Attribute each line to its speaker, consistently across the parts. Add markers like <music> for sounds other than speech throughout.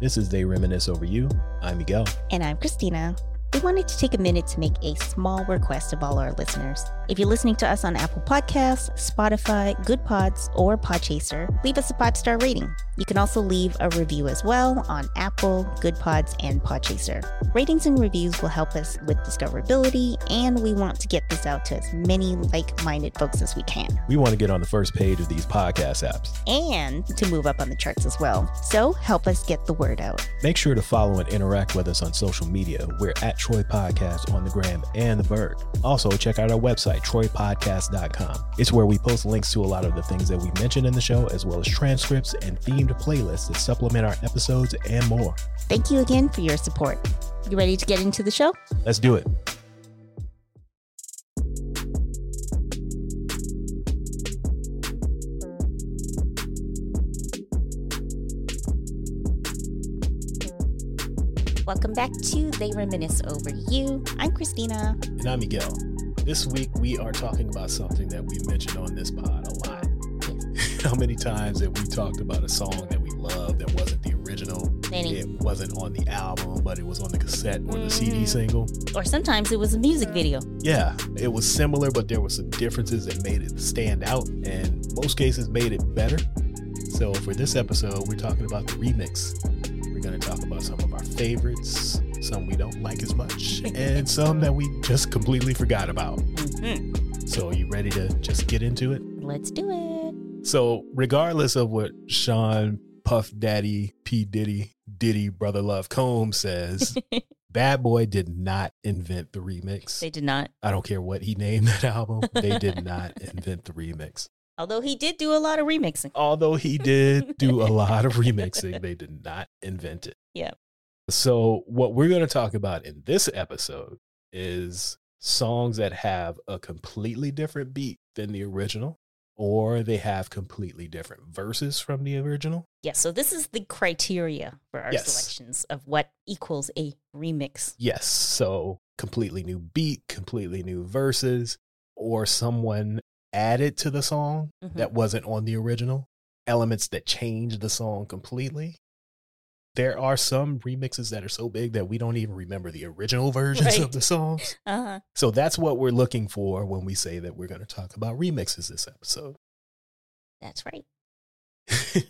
Speaker 1: This is They Reminisce Over You. I'm Miguel.
Speaker 2: And I'm Christina. We wanted to take a minute to make a small request of all our listeners. If you're listening to us on Apple Podcasts, Spotify, Good Pods, or Podchaser, leave us a five star rating. You can also leave a review as well on Apple, Good Pods, and Podchaser. Ratings and reviews will help us with discoverability, and we want to get this out to as many like minded folks as we can,
Speaker 1: We want to get on the first page of these podcast apps.
Speaker 2: and to move up on the charts as well. So help us get the word out.
Speaker 1: Make sure to follow and interact with us on social media. We're at Troy Podcast on the gram and the Berg. Also, check out our website, troypodcast.com. It's where we post links to a lot of the things that we mentioned in the show, as well as transcripts and themed playlists that supplement our episodes and more.
Speaker 2: Thank you again for your support. You ready to get into the show?
Speaker 1: Let's do it.
Speaker 2: Welcome back to They Reminisce Over You. I'm Christina.
Speaker 1: And I'm Miguel. This week, we are talking about something that we mentioned on this pod a lot. <laughs> How many times have we talked about a song that we love that wasn't the original?
Speaker 2: Many.
Speaker 1: It wasn't on the album, but it was on the cassette or the CD
Speaker 2: Mhm.
Speaker 1: single.
Speaker 2: Or sometimes it was a music video.
Speaker 1: Yeah, it was similar, but there were some differences that made it stand out and most cases made it better. So for this episode, we're talking about the remix. We're going to talk about some of our favorites, some we don't like as much, and some that we just completely forgot about.
Speaker 2: Mhm.
Speaker 1: So are you ready to just get into it?
Speaker 2: Let's do it.
Speaker 1: So regardless of what Sean Puff Daddy P Diddy Diddy Brother Love Combs says, Bad Boy did not invent the remix.
Speaker 2: They did not.
Speaker 1: I don't care what he named that album. They did not invent the remix.
Speaker 2: Although he did do a lot of remixing.
Speaker 1: Although he did do a lot of remixing, they did not invent it.
Speaker 2: Yep.
Speaker 1: So, what we're going to talk about in this episode is songs that have a completely different beat than the original, or they have completely different verses from the original.
Speaker 2: Yes. so this is the criteria for our
Speaker 1: Yes.
Speaker 2: selections of what equals a remix.
Speaker 1: Yes. So completely new beat, completely new verses, or someone added to the song
Speaker 2: Mhm.
Speaker 1: that wasn't on the original, elements that change the song completely. There are some remixes that are so big that we don't even remember the original <laughs> versions of
Speaker 2: Right.
Speaker 1: the songs.
Speaker 2: Uh-huh.
Speaker 1: So that's what we're looking for when we say that we're going to talk about remixes this episode.
Speaker 2: That's right. <laughs>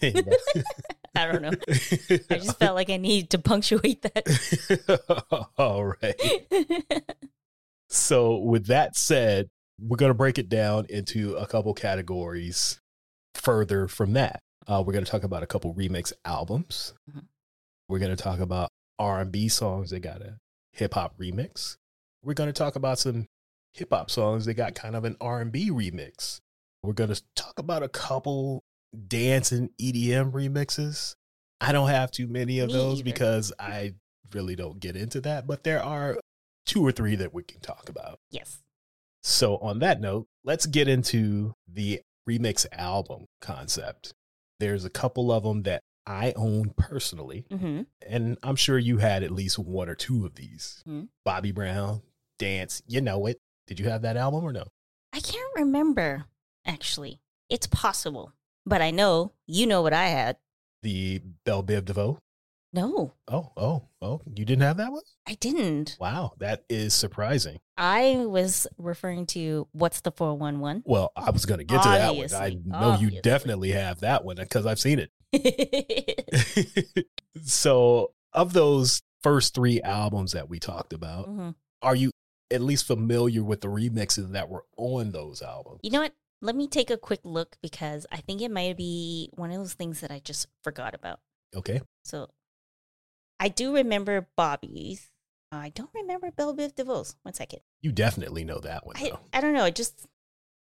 Speaker 2: I don't know. I just felt like I needed to punctuate that.
Speaker 1: <laughs>
Speaker 2: <laughs>
Speaker 1: All right. So, with that said, we're going to break it down into a couple categories further from that. Uh, we're going to talk about a couple remix albums.
Speaker 2: Mhm.
Speaker 1: We're going to talk about R&B songs that got a hip hop remix. We're going to talk about some hip hop songs that got kind of an R&B remix. We're going to talk about a couple dance and EDM remixes. I don't have too many of
Speaker 2: Me
Speaker 1: those
Speaker 2: either.
Speaker 1: because I really don't get into that, but there are two or three that we can talk about.
Speaker 2: yes.
Speaker 1: So, on that note, let's get into the remix album concept. There's a couple of them that I own personally,
Speaker 2: hmm
Speaker 1: and I'm sure you had at least one or two of these.
Speaker 2: Mhm.
Speaker 1: Bobby Brown, Dance, you know it. Did you have that album or no?
Speaker 2: I can't remember, actually. It's possible. But I know you know what I had.
Speaker 1: The Belle Biv DeVoe?
Speaker 2: No,
Speaker 1: Oh, oh, oh, you didn't have that one?
Speaker 2: I didn't.
Speaker 1: Wow, that is surprising.
Speaker 2: I was referring to what's the 411?
Speaker 1: Well, I was going to get to that one. I
Speaker 2: Obviously,
Speaker 1: know you
Speaker 2: obviously.
Speaker 1: definitely have that one because I've seen it.
Speaker 2: <laughs> mm-hmm.
Speaker 1: <laughs> so of those first three albums that we talked about
Speaker 2: Mm-hmm.
Speaker 1: are you at least familiar with the remixes that were on those albums
Speaker 2: You know what? Let me take a quick look because I think it might be one of those things that I just forgot about.
Speaker 1: okay
Speaker 2: So I do remember Bobby's. I don't remember Belle Biv DeVoe's. One second.
Speaker 1: you definitely know that one
Speaker 2: I,
Speaker 1: though
Speaker 2: I don't know. I just,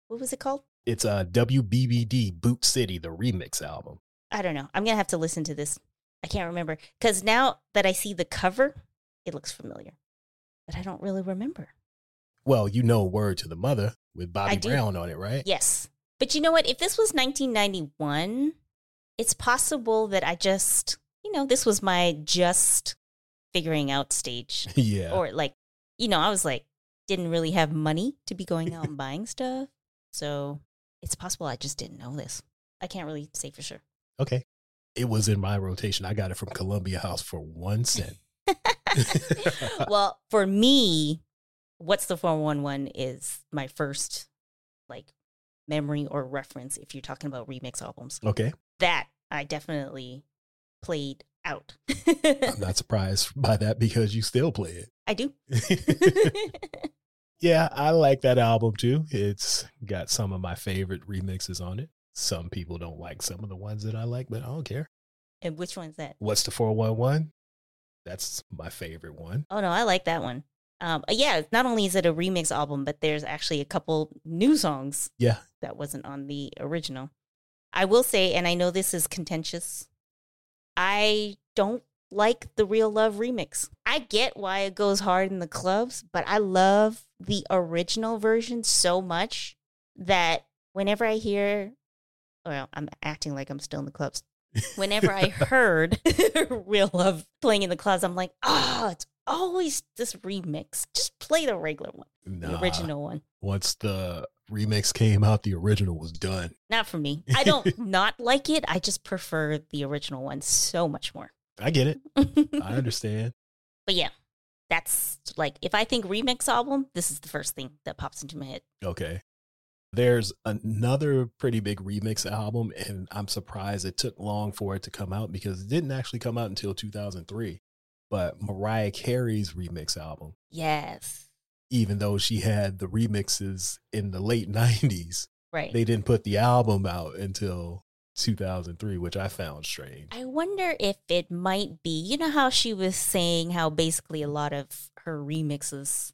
Speaker 2: what was it called?
Speaker 1: it's uh wbbd boot city the remix album
Speaker 2: I don't know. I'm going to have to listen to this. I can't remember because now that I see the cover, it looks familiar, but I don't really remember.
Speaker 1: well you know word to the mother with
Speaker 2: I
Speaker 1: bobby
Speaker 2: do.
Speaker 1: brown on it right
Speaker 2: Yes. But you know what? If this was 1991, it's possible that I just, you know, this was my just figuring out stage.
Speaker 1: <laughs> yeah
Speaker 2: Or like, you know, I was like, didn't really have money to be going out and buying stuff. So it's possible I just didn't know this. I can't really say for sure. <laughs>
Speaker 1: okay it was in my rotation. I got it from Columbia House for one
Speaker 2: <laughs>
Speaker 1: cent.
Speaker 2: well, for me, what's the 411 is my first like memory or reference if you're talking about remix albums.
Speaker 1: okay.
Speaker 2: That I definitely played out.
Speaker 1: I'm not surprised by that because you still play
Speaker 2: I do. <laughs>
Speaker 1: it. <laughs> yeah, I like that album too. It's got some of my favorite remixes on it. Some people don't like some of the ones that I like, but I don't care.
Speaker 2: and which one's that?
Speaker 1: What's the 411? That's my favorite one.
Speaker 2: Oh no, I like that one. Um, yeah, not only is it a remix album, but there's actually a couple new songs.
Speaker 1: Yeah.
Speaker 2: that wasn't on the original. I will say, and I know this is contentious, I don't like the Real Love remix. I get why it goes hard in the clubs, but I love the original version so much that whenever I hear, well, I'm acting like I'm still in the clubs. Whenever I heard <laughs> Real Love playing in the clubs, I'm like, oh, it's always this remix. Just play the regular one, the
Speaker 1: Nah.
Speaker 2: original one.
Speaker 1: Once the remix came out, the original was done.
Speaker 2: Not
Speaker 1: <laughs>
Speaker 2: for me. I don't not like it. I just prefer the original one so much more. <laughs>
Speaker 1: I get it. I
Speaker 2: but
Speaker 1: understand.
Speaker 2: yeah, that's like if I think remix album, this is the first thing that pops into my head.
Speaker 1: Okay. There's another pretty big remix album, and I'm surprised it took long for it to come out because it didn't actually come out until 2003. But Mariah Carey's remix album,
Speaker 2: Yes.
Speaker 1: even though she had the remixes in the late <laughs> 90s,
Speaker 2: Right.
Speaker 1: they didn't put the album out until 2003, which I found strange.
Speaker 2: I wonder if it might be, you know, how she was saying how basically a lot of her remixes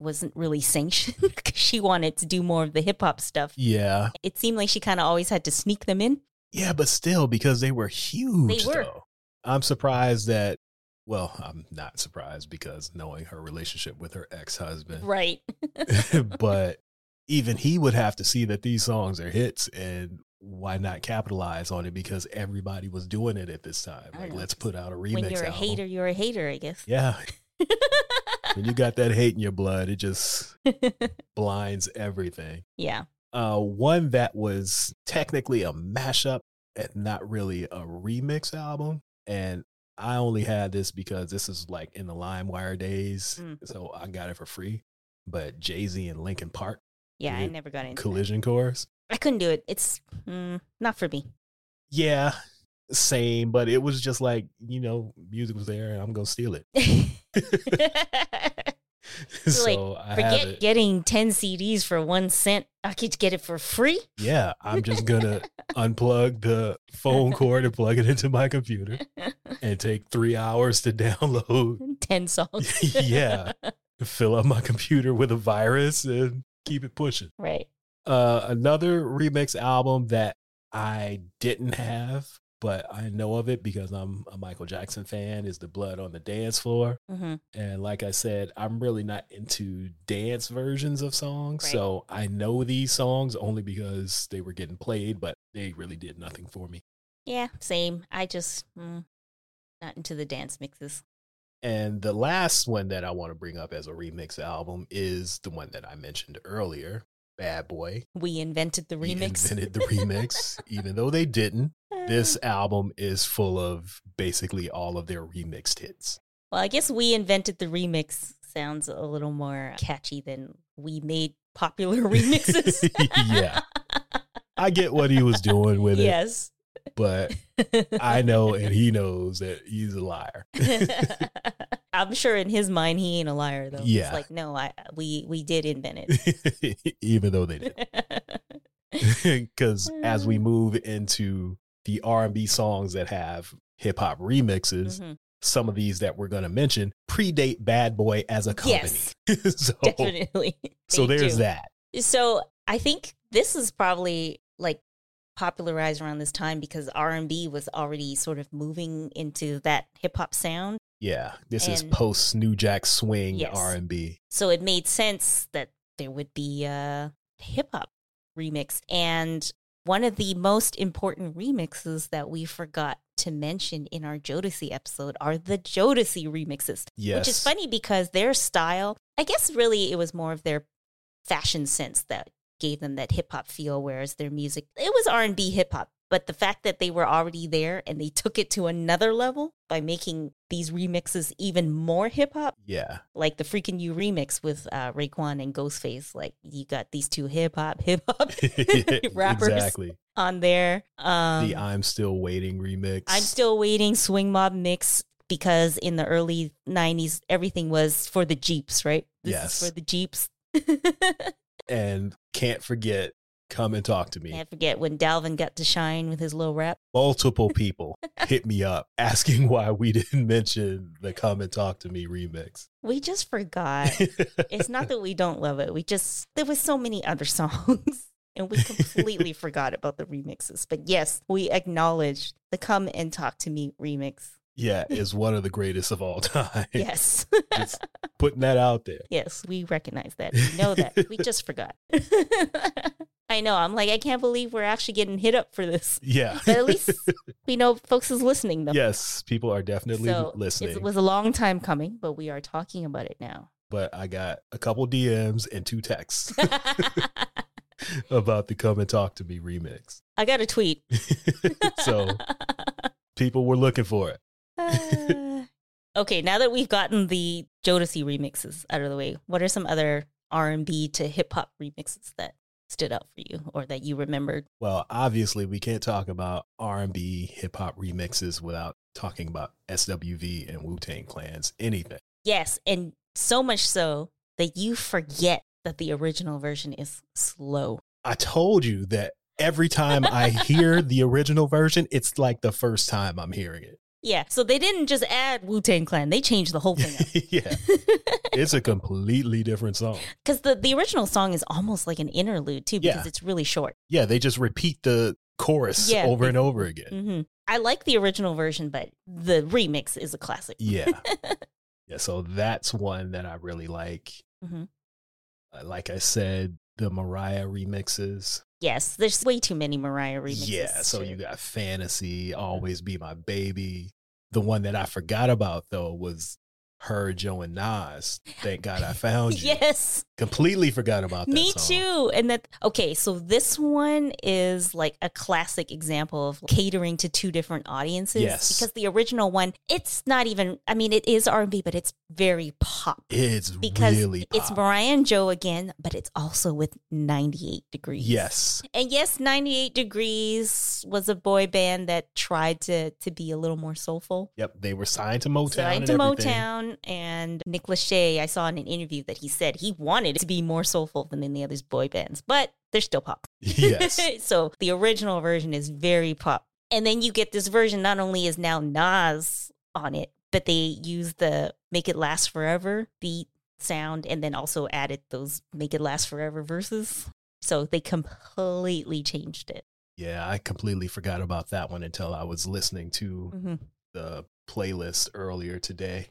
Speaker 2: wasn't really sanctioned <laughs> 'cause she wanted to do more of the hip hop stuff.
Speaker 1: Yeah.
Speaker 2: It seemed like she kind of always had to sneak them in.
Speaker 1: Yeah, but still, because they were huge.
Speaker 2: were.
Speaker 1: Though. I'm surprised that. Well, I'm not surprised because knowing her relationship with her ex-husband,
Speaker 2: Right.
Speaker 1: <laughs> but even he would have to see that these songs are hits and why not capitalize on it because everybody was doing it at this time.
Speaker 2: I
Speaker 1: Like,
Speaker 2: know.
Speaker 1: let's put out a remix
Speaker 2: When you're a
Speaker 1: album.
Speaker 2: hater, you're a hater, I guess.
Speaker 1: Yeah, when you got that hate in your blood, it just blinds everything.
Speaker 2: yeah.
Speaker 1: uh, one that was technically a mashup and not really a remix album. And I only had this because this is like in the LimeWire days,
Speaker 2: Mm.
Speaker 1: so I got it for free. But Jay Z and Linkin Park
Speaker 2: Yeah, I
Speaker 1: Did it
Speaker 2: never got into it.
Speaker 1: collision course,
Speaker 2: I couldn't do it. It's mm, not
Speaker 1: <laughs>
Speaker 2: for me. <laughs>
Speaker 1: yeah, same. But it was just like you know, music was there, and I'm gonna steal it. <laughs>
Speaker 2: Forget
Speaker 1: so I have it.
Speaker 2: getting 10 CDs for one cent. I could get it for free. <laughs>
Speaker 1: yeah, I'm just gonna unplug the phone cord and plug it into my computer and take three hours to <laughs> download
Speaker 2: 10 songs.
Speaker 1: yeah. Fill up my computer with a virus and keep it pushing.
Speaker 2: Right.
Speaker 1: Uh, another remix album that I didn't have, but I know of it because I'm a Michael Jackson fan, is The Blood on the Dance Floor.
Speaker 2: hmm
Speaker 1: And like I said, I'm really not into dance versions of songs.
Speaker 2: Right.
Speaker 1: So I know these songs only because they were getting played, but they really did nothing for me.
Speaker 2: Yeah, same. I just, mm, not into the dance mixes.
Speaker 1: And the last one that I want to bring up as a remix album is the one that I mentioned earlier, Bad Boy.
Speaker 2: We invented the
Speaker 1: We
Speaker 2: remix.
Speaker 1: invented
Speaker 2: <laughs>
Speaker 1: the remix, even though they didn't. This album is full of basically all of their remixed hits.
Speaker 2: Well, I guess we invented the remix sounds a little more catchy than we made popular <laughs> remixes.
Speaker 1: <laughs>
Speaker 2: <laughs>
Speaker 1: yeah. I get what he was doing with
Speaker 2: yes.
Speaker 1: it, but I
Speaker 2: <laughs>
Speaker 1: know and he knows that he's a liar. <laughs>
Speaker 2: <laughs> I'm sure in his mind he ain't a liar though.
Speaker 1: Yeah.
Speaker 2: It's like no, I we we did invent it.
Speaker 1: even though they <laughs>
Speaker 2: <laughs>
Speaker 1: didn't. <laughs> Cuz as
Speaker 2: Mm.
Speaker 1: we move into the R&B songs that have hip hop remixes,
Speaker 2: Mhm.
Speaker 1: some of these that we're going to mention predate Bad Boy as a company.
Speaker 2: Yes,
Speaker 1: <laughs> so
Speaker 2: definitely.
Speaker 1: so
Speaker 2: They
Speaker 1: there's
Speaker 2: do.
Speaker 1: that.
Speaker 2: So I think this is probably like popularized around this time because R and B was already sort of moving into that hip hop sound.
Speaker 1: Yeah, this is
Speaker 2: And-
Speaker 1: post New Jack Swing
Speaker 2: Yes.
Speaker 1: R and B.
Speaker 2: So it made sense that there would be a hip hop remix. And one of the most important remixes that we forgot to mention in our Jodeci episode are the Jodeci remixes,
Speaker 1: Yes,
Speaker 2: which is funny because their style, I guess really it was more of their fashion sense that gave them that hip hop feel whereas their music it was R&B hip hop But the fact that they were already there and they took it to another level by making these remixes even more hip hop,
Speaker 1: Yeah. <laughs>
Speaker 2: like the freaking you remix with uh, Raekwon and Ghostface, like you got these two hip hop, hip
Speaker 1: <laughs>
Speaker 2: hop <laughs> <laughs> rappers
Speaker 1: Exactly.
Speaker 2: on there. Um,
Speaker 1: the I'm Still Waiting remix.
Speaker 2: I'm still waiting swing mob mix because in the early 90s everything was for the jeeps, right? This
Speaker 1: Yes.
Speaker 2: is for the jeeps.
Speaker 1: And can't forget, come and talk to
Speaker 2: <laughs>
Speaker 1: me.
Speaker 2: I forget when Dalvin got to shine with his little rap.
Speaker 1: Multiple people hit me up asking why we didn't mention the come and talk to me remix.
Speaker 2: We just forgot. it's not that we don't love it. We just there was so many other <laughs> songs and
Speaker 1: <laughs>
Speaker 2: we completely forgot about the remixes. But yes, we acknowledge the come and talk to me remix.
Speaker 1: <laughs> yeah, is one of the greatest of all <laughs> time.
Speaker 2: Yes. <laughs>
Speaker 1: Just putting that out there.
Speaker 2: Yes, we recognize that. We know that.
Speaker 1: <laughs>
Speaker 2: we just forgot. <laughs> I know. I'm like, I can't believe we're actually getting hit up for this.
Speaker 1: Yeah.
Speaker 2: But
Speaker 1: <laughs>
Speaker 2: at least we know folks is listening though.
Speaker 1: yes, people are definitely
Speaker 2: So
Speaker 1: listening.
Speaker 2: It was a long time coming, but we are talking about it
Speaker 1: <laughs>
Speaker 2: now. <laughs>
Speaker 1: but I got a couple DMs and two texts about the come and talk to me remix. <laughs>
Speaker 2: I got a tweet. <laughs>
Speaker 1: so people were looking for it.
Speaker 2: Uh, <laughs> okay, now that we've gotten the Jodeci remixes out of the way, what are some other R and B to hip hop remixes that stood out for you or that you remembered?
Speaker 1: Well, obviously, we can't talk about R&B hip hop remixes without talking about SWV and Wu Tang Clan's anything.
Speaker 2: Yes, and so much so that you forget that the original version is slow.
Speaker 1: I told you that every time I hear the original version, it's like the first time I'm hearing it. <laughs>
Speaker 2: Yeah, so they didn't just add Wu Tang Clan; they changed the whole
Speaker 1: <laughs>
Speaker 2: thing up. <laughs>
Speaker 1: yeah, it's a completely different song.
Speaker 2: Because the, the original song is almost like an interlude too, because
Speaker 1: Yeah.
Speaker 2: it's really short.
Speaker 1: Yeah, they just repeat the chorus
Speaker 2: Yeah,
Speaker 1: over
Speaker 2: they-
Speaker 1: and over again.
Speaker 2: hmm I like the original version, but the remix is a classic.
Speaker 1: Yeah.
Speaker 2: <laughs>
Speaker 1: yeah. So that's one that I really like.
Speaker 2: Mhm.
Speaker 1: Uh, Like I said, the Mariah remixes.
Speaker 2: Yes, there's way too many Mariah remixes.
Speaker 1: yeah. So
Speaker 2: too.
Speaker 1: you got
Speaker 2: Mm-hmm.
Speaker 1: Fantasy, Always Be My Baby. The one that I forgot about, though, was her, Joe, and Nas. Thank God
Speaker 2: <laughs>
Speaker 1: I found you.
Speaker 2: Yes,
Speaker 1: Completely forgot about that.
Speaker 2: me
Speaker 1: song.
Speaker 2: too. And that okay, so this one is like a classic example of catering to two different audiences.
Speaker 1: Yes.
Speaker 2: because the original one, it's not even. I mean, it is R and B, but it's very pop.
Speaker 1: It's
Speaker 2: because
Speaker 1: really
Speaker 2: it's
Speaker 1: pop.
Speaker 2: Mariah and Joe again, but it's also with 98 degrees.
Speaker 1: Yes.
Speaker 2: And yes, 98 degrees was a boy band that tried to to be a little more soulful.
Speaker 1: Yep. They were signed to Motown.
Speaker 2: Signed
Speaker 1: and
Speaker 2: to
Speaker 1: everything.
Speaker 2: Motown and Nick Lachey. I saw in an interview that he said he wanted to be more soulful than any others boy bands, but they're still pop.
Speaker 1: yes.
Speaker 2: <laughs> so the original version is very pop. And then you get this version, not only is now Nas on it, but they use the Make It Last Forever beat sound and then also added those Make It Last Forever verses. So they completely changed it.
Speaker 1: Yeah. I completely forgot about that one until I was listening to
Speaker 2: Mhm.
Speaker 1: the playlist earlier today.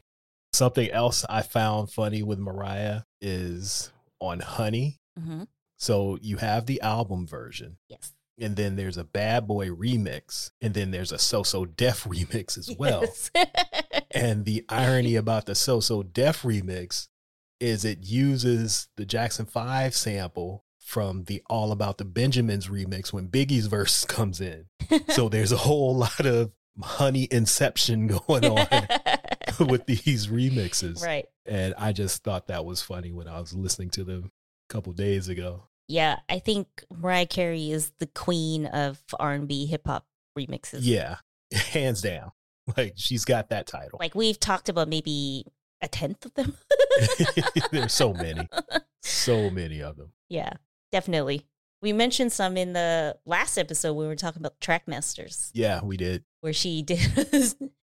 Speaker 1: Something else I found funny with Mariah is on Honey.
Speaker 2: Mhm.
Speaker 1: So you have the album version,
Speaker 2: Yes.
Speaker 1: and then there's a Bad Boy remix, and then there's a So So Def <laughs> remix as well.
Speaker 2: <laughs>
Speaker 1: <laughs>
Speaker 2: Yes.
Speaker 1: And the irony about the So So Def remix is it uses the Jackson 5 sample from the All About the Benjamins remix when Biggie's <laughs> verse comes in.
Speaker 2: <laughs>
Speaker 1: So there's a whole lot of honey inception <laughs> going
Speaker 2: <laughs>
Speaker 1: on with these remixes.
Speaker 2: right.
Speaker 1: And I just thought that was funny when I was listening to them a couple days ago.
Speaker 2: Yeah, I think Mariah Carey is the queen of R and B hip hop remixes.
Speaker 1: Yeah, <laughs> hands down. Like she's got that title.
Speaker 2: like we've talked about maybe a tenth of
Speaker 1: <laughs>
Speaker 2: them. <laughs>
Speaker 1: There's so many, so many of them.
Speaker 2: yeah, definitely. We mentioned some in the last episode when we were talking about Trackmasters,
Speaker 1: Yeah, we did.
Speaker 2: where she <laughs> did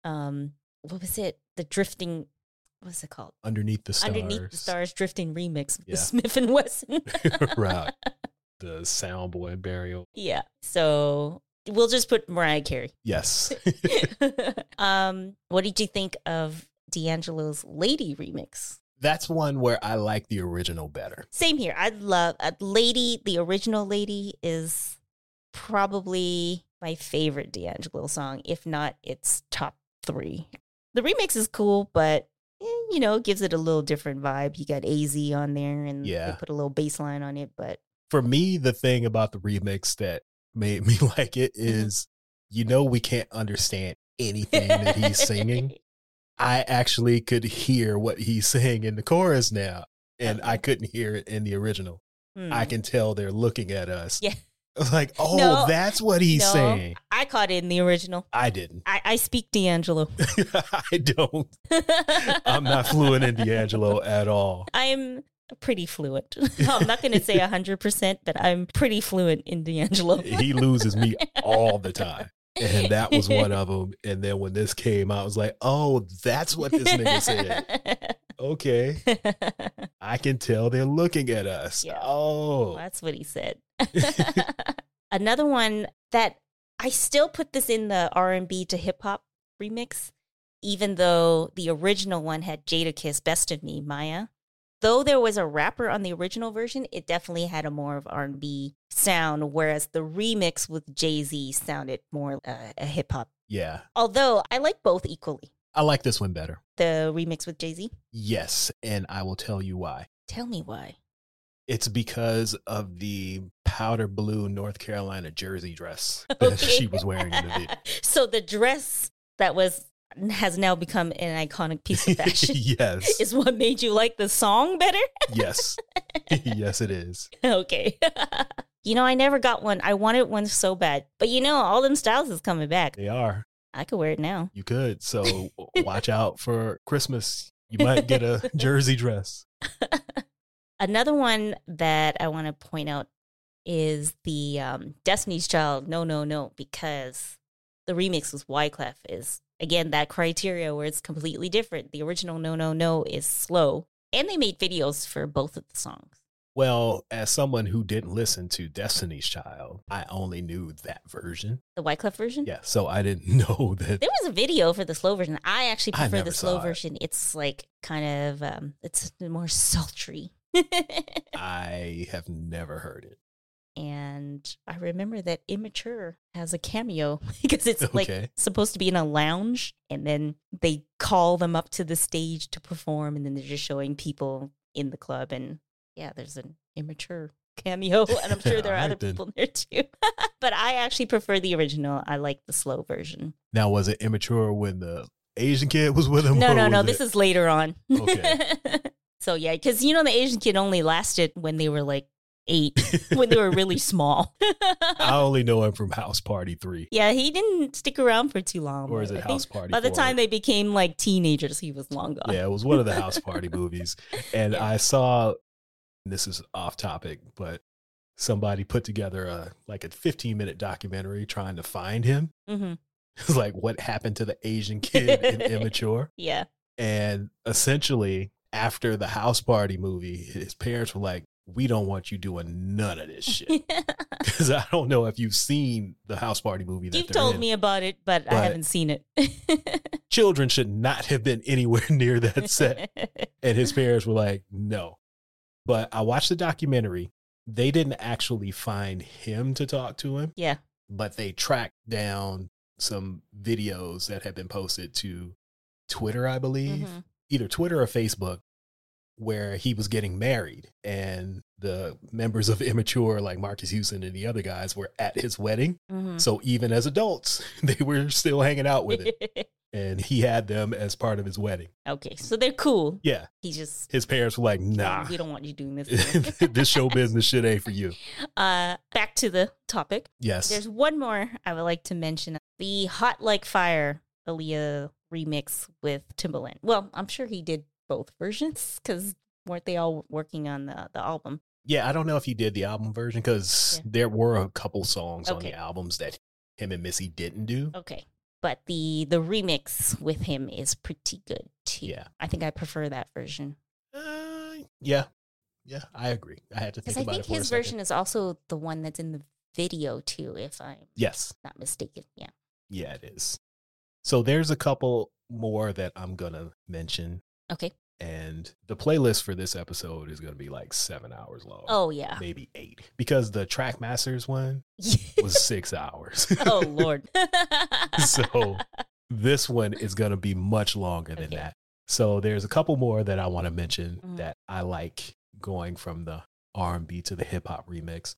Speaker 2: um what was it? The drifting what's it called?
Speaker 1: Underneath the stars.
Speaker 2: Underneath the stars drifting remix with
Speaker 1: Yeah.
Speaker 2: Smith and Wesson. <laughs>
Speaker 1: <laughs> right. The soundboy burial.
Speaker 2: yeah. So we'll just put Mariah Carey.
Speaker 1: Yes. <laughs>
Speaker 2: <laughs> um, what did you think of D'Angelo's Lady remix?
Speaker 1: That's one where I like the original better.
Speaker 2: Same here. I love uh, Lady. The original Lady is probably my favorite D'Angelo song. If not, it's top three. The remix is cool, but eh, you know, it gives it a little different vibe. You got AZ on there, and they
Speaker 1: Yeah.
Speaker 2: put a little bass line on it, but
Speaker 1: For me, the thing about the remix that made me <laughs> like it
Speaker 2: Mm-hmm.
Speaker 1: is, you know, we can't understand anything that he's
Speaker 2: <laughs>
Speaker 1: singing. I actually could hear what he's <laughs> saying in the chorus now, and I couldn't hear it in the original.
Speaker 2: Hmm.
Speaker 1: I can tell they're looking at us.
Speaker 2: Yeah.
Speaker 1: <laughs> Like, oh,
Speaker 2: No.
Speaker 1: that's what he's
Speaker 2: No.
Speaker 1: saying.
Speaker 2: I caught it in the original.
Speaker 1: I didn't. <laughs>
Speaker 2: I, I speak D'Angelo.
Speaker 1: I don't. <laughs> I'm not
Speaker 2: <laughs>
Speaker 1: fluent in D'Angelo at all.
Speaker 2: I'm
Speaker 1: <laughs>
Speaker 2: pretty fluent. <laughs> I'm not going to say 100%, but I'm pretty fluent
Speaker 1: <laughs>
Speaker 2: in D'Angelo.
Speaker 1: He loses me all the time. And that was one of them. And then when this came out, I was like, oh, that's what this nigga
Speaker 2: <laughs>
Speaker 1: said. Okay. I can tell they're looking at us.
Speaker 2: Yeah.
Speaker 1: Oh.
Speaker 2: That's what
Speaker 1: <laughs>
Speaker 2: he said. <laughs> Another one that I still put this in the R&B to hip hop remix, even though the original one had Jada Kiss Best of Me, Maya. Though there was a rapper on the original version, it definitely had a more of R&B sound, whereas the remix with Jay-Z sounded more uh, a hip hop.
Speaker 1: Yeah.
Speaker 2: Although I like both equally.
Speaker 1: I like this one better.
Speaker 2: The remix with Jay-Z.
Speaker 1: Yes. And I will tell you why.
Speaker 2: Tell me why.
Speaker 1: It's because of the powder blue North Carolina jersey dress <laughs> that
Speaker 2: Okay.
Speaker 1: she was wearing in the video.
Speaker 2: <laughs> so the dress that was has now become an iconic
Speaker 1: <laughs>
Speaker 2: piece of fashion
Speaker 1: yes.
Speaker 2: is what made you like the song better. <laughs>
Speaker 1: yes. <laughs> yes, it is.
Speaker 2: okay. <laughs> you know, I never got one. I wanted one so bad. But you know, all them styles is coming back.
Speaker 1: They are.
Speaker 2: I could wear it now.
Speaker 1: You could.
Speaker 2: <laughs>
Speaker 1: So watch out for Christmas. You might get
Speaker 2: <laughs>
Speaker 1: a jersey dress.
Speaker 2: Another one that I want to point out is the um, Destiny's Child No No No because the remix with Wyclef is again that criteria where it's completely different. The original No No No is slow, and they made videos for both of the songs.
Speaker 1: Well, as someone who didn't listen to Destiny's Child, I only knew that version.
Speaker 2: The Wyclef version,
Speaker 1: Yeah. So I didn't <laughs> know that.
Speaker 2: Mm. There was a video for the slow version. I actually
Speaker 1: I
Speaker 2: prefer
Speaker 1: never
Speaker 2: the slow
Speaker 1: saw it.
Speaker 2: version. It's like kind of um, it's more sultry. <laughs>
Speaker 1: I have never heard it.
Speaker 2: and I remember that Immature has a cameo <laughs> because it's like
Speaker 1: Okay.
Speaker 2: supposed to be in a lounge, and then they call them up to the stage to perform, and then they're just showing people in the club, and yeah, there's an Immature
Speaker 1: <laughs>
Speaker 2: cameo, and I'm sure there are
Speaker 1: Alright
Speaker 2: other
Speaker 1: then.
Speaker 2: people in there too. <laughs> but I actually prefer the original. I like the slow version.
Speaker 1: Now, was it immature when the Asian kid was with him?
Speaker 2: No,
Speaker 1: or
Speaker 2: no,
Speaker 1: was
Speaker 2: no.
Speaker 1: it-
Speaker 2: This is later on.
Speaker 1: Okay.
Speaker 2: <laughs> so yeah, because you know the Asian kid only lasted when they were like
Speaker 1: <laughs>
Speaker 2: eight, when they were really small.
Speaker 1: I only know him from House Party 3.
Speaker 2: <laughs> yeah, he didn't stick around for too long.
Speaker 1: Or is
Speaker 2: I
Speaker 1: it
Speaker 2: think
Speaker 1: House Party
Speaker 2: Oh By the
Speaker 1: 4?
Speaker 2: time they became like teenagers, he was long gone.
Speaker 1: Yeah, it was one of the
Speaker 2: <laughs>
Speaker 1: house party movies. And I saw this is off topic, but somebody put together a like a 15 minute documentary trying to find him. <laughs>
Speaker 2: hmm
Speaker 1: It's like what happened to the Asian kid in Immature.
Speaker 2: yeah.
Speaker 1: And essentially, after the house party movie, his parents were like, We don't want you doing none of this <laughs>
Speaker 2: <laughs>
Speaker 1: shit. Because I don't know if you've seen the house party movie that
Speaker 2: You've
Speaker 1: they're
Speaker 2: told
Speaker 1: in.
Speaker 2: me about it, but, I
Speaker 1: But-
Speaker 2: haven't seen
Speaker 1: <laughs>
Speaker 2: it.
Speaker 1: Children should not have been anywhere <laughs> near that set.
Speaker 2: <laughs>
Speaker 1: And his parents were like, no. But I watched the documentary. They didn't actually find him to talk to him.
Speaker 2: Yeah.
Speaker 1: But they tracked down some videos that had been posted to Twitter, I believe,
Speaker 2: Mhm.
Speaker 1: either Twitter or Facebook, where he was getting married. And the members of Immature, like Marcus Houston and the other guys, were at his wedding.
Speaker 2: Mhm.
Speaker 1: So even as adults, <laughs> they were still hanging out <laughs> with him. and he had them as part of his wedding.
Speaker 2: <laughs> okay, so they're cool.
Speaker 1: Yeah.
Speaker 2: He just
Speaker 1: His parents were like, nah. <laughs>
Speaker 2: <laughs> we don't want you doing this.
Speaker 1: this show business shit ain't for you.
Speaker 2: <laughs> uh, back to the topic.
Speaker 1: Yes.
Speaker 2: There's one more I would like to mention the Hot Like Fire Aaliyah remix with Timbaland. Well, I'm sure he did both versions because weren't they all working on the, the album?
Speaker 1: yeah, I don't know if he did the album version because
Speaker 2: Yeah.
Speaker 1: there were a couple songs on
Speaker 2: Okay. Oh,
Speaker 1: the albums that him and Missy didn't do.
Speaker 2: Okay. But the, the remix with him is pretty good too.
Speaker 1: Yeah.
Speaker 2: I think I prefer that version
Speaker 1: Uh, yeah. Yeah, I agree. I had to think
Speaker 2: because I
Speaker 1: about
Speaker 2: think
Speaker 1: it for
Speaker 2: his
Speaker 1: a second.
Speaker 2: version is also the one that's in the video too, if I'm
Speaker 1: Yes.
Speaker 2: not mistaken. Yeah.
Speaker 1: Yeah, it is. So there's a couple more that I'm going to mention.
Speaker 2: Okay.
Speaker 1: And the playlist for this episode is going to be like seven hours long.
Speaker 2: Oh, yeah.
Speaker 1: Maybe eight. Because the Trackmasters one was six hours.
Speaker 2: <laughs>
Speaker 1: <laughs>
Speaker 2: oh, Lord. <laughs>
Speaker 1: so this one is going to be much longer than
Speaker 2: Okay.
Speaker 1: that. So there's a couple more that I want to mention
Speaker 2: Mhm.
Speaker 1: that I like going from the R&B to the hip hop remix.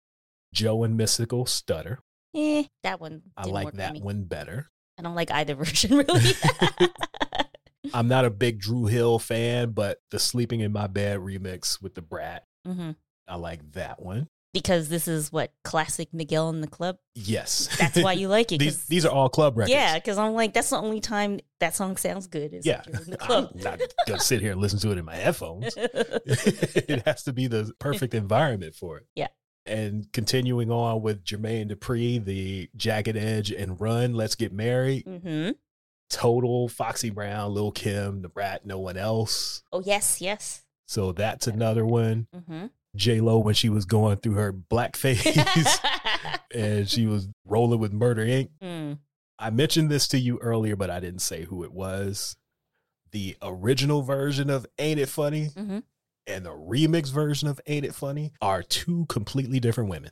Speaker 1: Joe and Mystical Stutter.
Speaker 2: eh, that one. Didn't
Speaker 1: I like
Speaker 2: work for
Speaker 1: that
Speaker 2: me.
Speaker 1: one
Speaker 2: <laughs>
Speaker 1: better.
Speaker 2: I don't like either
Speaker 1: <laughs>
Speaker 2: version really.
Speaker 1: I'm not a big Drew Hill fan, but the Sleeping in My Bed remix with the Brat,
Speaker 2: hmm
Speaker 1: I like that one.
Speaker 2: Because this is what classic Miguel in the club.
Speaker 1: Yes.
Speaker 2: That's
Speaker 1: <laughs>
Speaker 2: why you like it.
Speaker 1: these,
Speaker 2: 'cause-
Speaker 1: these are all club records.
Speaker 2: yeah, because I'm like that's the only time that song sounds good. Is
Speaker 1: Yeah.
Speaker 2: like it's
Speaker 1: <laughs>
Speaker 2: in the
Speaker 1: I'm
Speaker 2: club. <laughs>
Speaker 1: not going to sit here and listen to it in my headphones. <laughs> it has to be the perfect environment for it.
Speaker 2: Yeah.
Speaker 1: And continuing on with Jermaine Dupri, the Jagged Edge and Run, Let's Get Married,
Speaker 2: hmm
Speaker 1: Total, Foxy Brown, Lil Kim, The Brat, No One Else.
Speaker 2: Oh yes, yes.
Speaker 1: So that's another one. <laughs>
Speaker 2: hmm
Speaker 1: J Lo when she was going through her
Speaker 2: <laughs>
Speaker 1: blackface <laughs> and she was rolling with Murder Inc.
Speaker 2: Mm.
Speaker 1: I mentioned this to you earlier, but I didn't say who it was. The original version of Ain't It Funny
Speaker 2: Mhm.
Speaker 1: and the remix version of Ain't It Funny are two completely different women.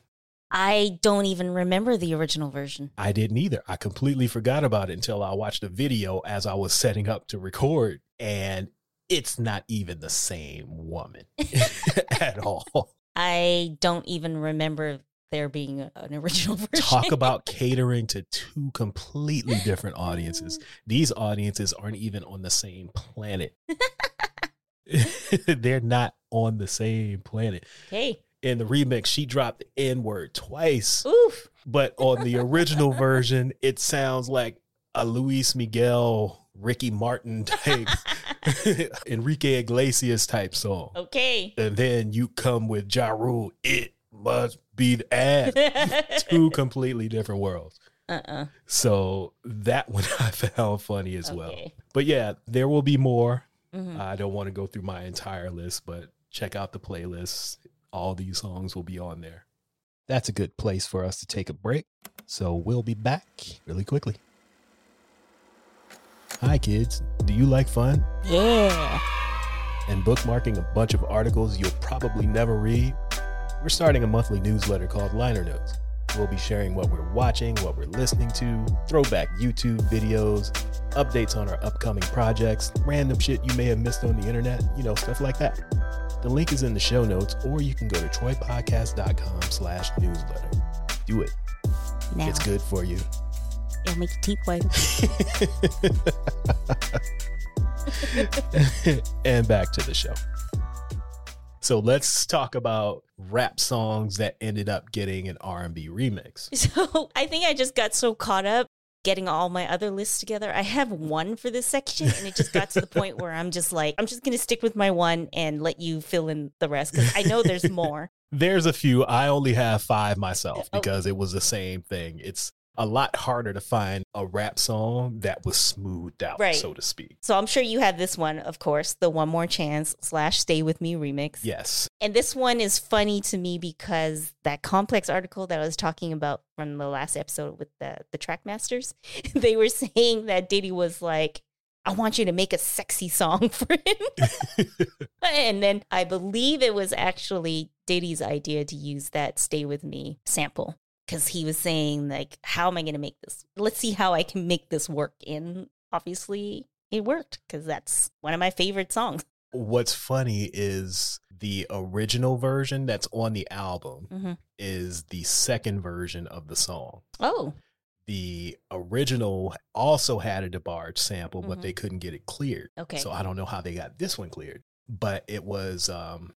Speaker 2: I don't even remember the
Speaker 1: <laughs>
Speaker 2: original version.
Speaker 1: I didn't either. I completely forgot about it until I watched the video as I was setting up to record, and it's not even the same woman <laughs> at all.
Speaker 2: I don't even remember there being a- an original version.
Speaker 1: Talk about catering to two completely different audiences. These audiences aren't even on the same
Speaker 2: <laughs>
Speaker 1: planet. <laughs> They're not on the same planet.
Speaker 2: Okay.
Speaker 1: In the remix, she dropped the N word twice.
Speaker 2: Oof.
Speaker 1: but on the original
Speaker 2: <laughs>
Speaker 1: version, it sounds like a Luis Miguel, Ricky Martin
Speaker 2: <laughs>
Speaker 1: type, Enrique Iglesias type song. <laughs>
Speaker 2: Okay.
Speaker 1: And then you come with Ja Rule, it must be the ass.
Speaker 2: <laughs>
Speaker 1: Two completely different worlds.
Speaker 2: Uh-uh.
Speaker 1: So that <laughs> one I found funny as well. Uh,
Speaker 2: Okay.
Speaker 1: But yeah, there will be more.
Speaker 2: Mhm.
Speaker 1: I don't want to go through my entire list, but check out the playlist. All these songs will be on there. That's a good place for us to take a break. So we'll be back really quickly. Hi, kids. Do you like fun
Speaker 2: yeah.
Speaker 1: and bookmarking a bunch of articles you'll probably never read? We're starting a monthly newsletter called Liner Notes. We'll be sharing what we're watching, what we're listening to, throwback YouTube videos, updates on our upcoming projects, random shit you may have missed on the internet, you know, stuff like that. The link is in the show notes, or you can go to troypodcast.com slash newsletter. Do it.
Speaker 2: Now
Speaker 1: It's good for you.
Speaker 2: it'll make your teeth white. <laughs>
Speaker 1: and back to the show. So let's talk about rap songs that ended up getting an R&B remix.
Speaker 2: So I think I just got so caught up getting all my other lists together. I have one for this section, and it just got to
Speaker 1: <laughs>
Speaker 2: the point where I'm just like, I'm just going to stick with my one and let you fill in the rest because I know
Speaker 1: <laughs>
Speaker 2: there's more.
Speaker 1: There's a few. I only have five myself
Speaker 2: Oh.
Speaker 1: because it was the same thing. It's a lot harder to find a rap song that was smoothed out,
Speaker 2: Right.
Speaker 1: so to speak.
Speaker 2: So I'm sure you have this one, of course, the One More Chance slash Stay With Me remix.
Speaker 1: Yes.
Speaker 2: And this one is funny to me because that complex article that I was talking about from the last episode with the the Trackmasters, <laughs> they were saying that Diddy was like, "I want you to make a sexy song <laughs> for him," and then I believe it was actually Diddy's idea to use that "Stay with Me" sample because he was saying like, "How am I going to make this? Let's see how I can make this work." And obviously, it worked because that's one of my favorite songs.
Speaker 1: What's funny is the original version that's on the album
Speaker 2: Mhm.
Speaker 1: is the second version of the song.
Speaker 2: Oh,
Speaker 1: the original also had a debarge sample, but
Speaker 2: Mhm.
Speaker 1: they couldn't get it cleared.
Speaker 2: okay.
Speaker 1: So I don't know how they got this one cleared, but it was. um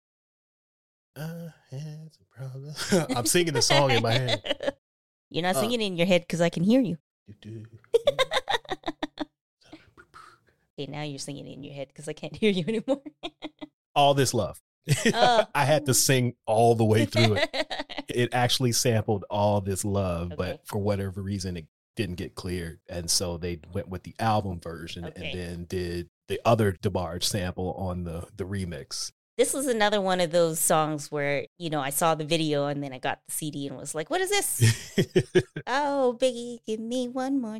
Speaker 1: I had some problems. <laughs> I'm singing the song in my head.
Speaker 2: <laughs> You're not
Speaker 1: Uh,
Speaker 2: singing it in your head because I can hear you. Okay, now you're singing it in your head because I can't <laughs> hear you anymore.
Speaker 1: All this love.
Speaker 2: Oh.
Speaker 1: <laughs> I had to sing all the way through
Speaker 2: <laughs>
Speaker 1: it. It actually sampled all this love,
Speaker 2: Okay.
Speaker 1: but for whatever reason, it didn't get cleared. And so they went with the album version
Speaker 2: Okay.
Speaker 1: and then did the other DeBarge sample on the, the remix. <laughs>
Speaker 2: this was another one of those songs where, you know, I saw the video and then I got the CD and was like, what
Speaker 1: <laughs>
Speaker 2: is this? oh, Biggie, give me one more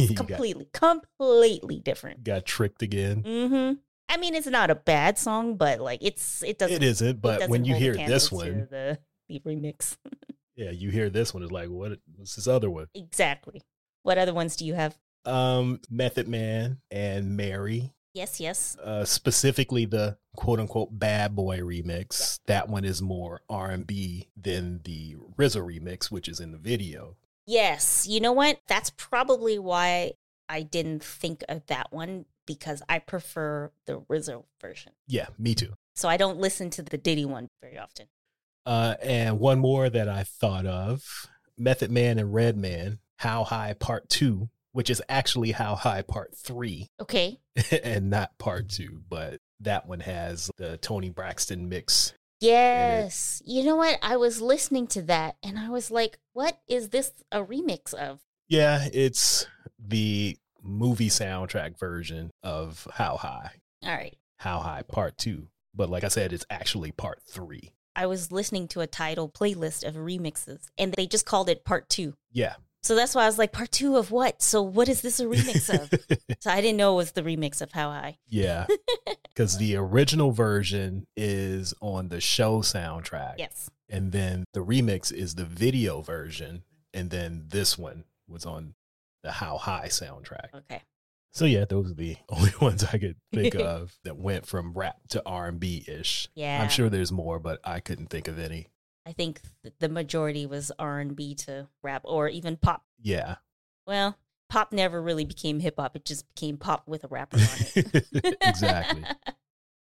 Speaker 1: <laughs> you got,
Speaker 2: Completely, completely different.
Speaker 1: got tricked again.
Speaker 2: hmm I mean, it's not a bad song, but like it's, it doesn't.
Speaker 1: It isn't, but
Speaker 2: doesn't
Speaker 1: when you
Speaker 2: hold a
Speaker 1: hear
Speaker 2: candle
Speaker 1: this
Speaker 2: to
Speaker 1: one,
Speaker 2: the, the remix. <laughs>
Speaker 1: yeah, you hear this one. It's like, what? What's this other one?
Speaker 2: exactly. What other ones do you have?
Speaker 1: Um, Method Man and Mary,
Speaker 2: Yes, yes.
Speaker 1: uh, specifically the quote unquote Bad Boy remix. That one is more R and B than the RZA remix, which is in the video.
Speaker 2: Yes. You know what? That's probably why I didn't think of that one because I prefer the Rizzo version.
Speaker 1: Yeah, me too.
Speaker 2: So I don't listen to the Diddy one very often.
Speaker 1: Uh, and one more that I thought of Method Man and Red Man, How High Part 2, which is actually How High Part 3
Speaker 2: Okay.
Speaker 1: <laughs> and not Part 2, but that one has the Tony Braxton mix.
Speaker 2: Yes. You know what? I was listening to that and I was like, what is this a remix of?
Speaker 1: Yeah, it's the movie soundtrack version of How High,
Speaker 2: All right.
Speaker 1: How High Part 2. But like I said, it's actually Part 3.
Speaker 2: I was listening to a title playlist of remixes and they just called it part two.
Speaker 1: Yeah.
Speaker 2: So that's why I was like, part two of what? So what is this a remix
Speaker 1: <laughs>
Speaker 2: of? so I didn't know it was the remix of How High. <laughs>
Speaker 1: yeah. Because the original version is on the show soundtrack.
Speaker 2: Yes.
Speaker 1: and then the remix is the video version and then this one was on the how high soundtrack
Speaker 2: Okay.
Speaker 1: so yeah those are the <laughs> only ones i could
Speaker 2: <laughs>
Speaker 1: think of that went from rap to r&b ish
Speaker 2: Yeah.
Speaker 1: i'm sure there's more but i couldn't think of any
Speaker 2: I think th- the majority was R&B to rap or even pop.
Speaker 1: yeah
Speaker 2: Well, pop never really became hip hop. It just became pop with a rapper on it.
Speaker 1: <laughs>
Speaker 2: <laughs>
Speaker 1: exactly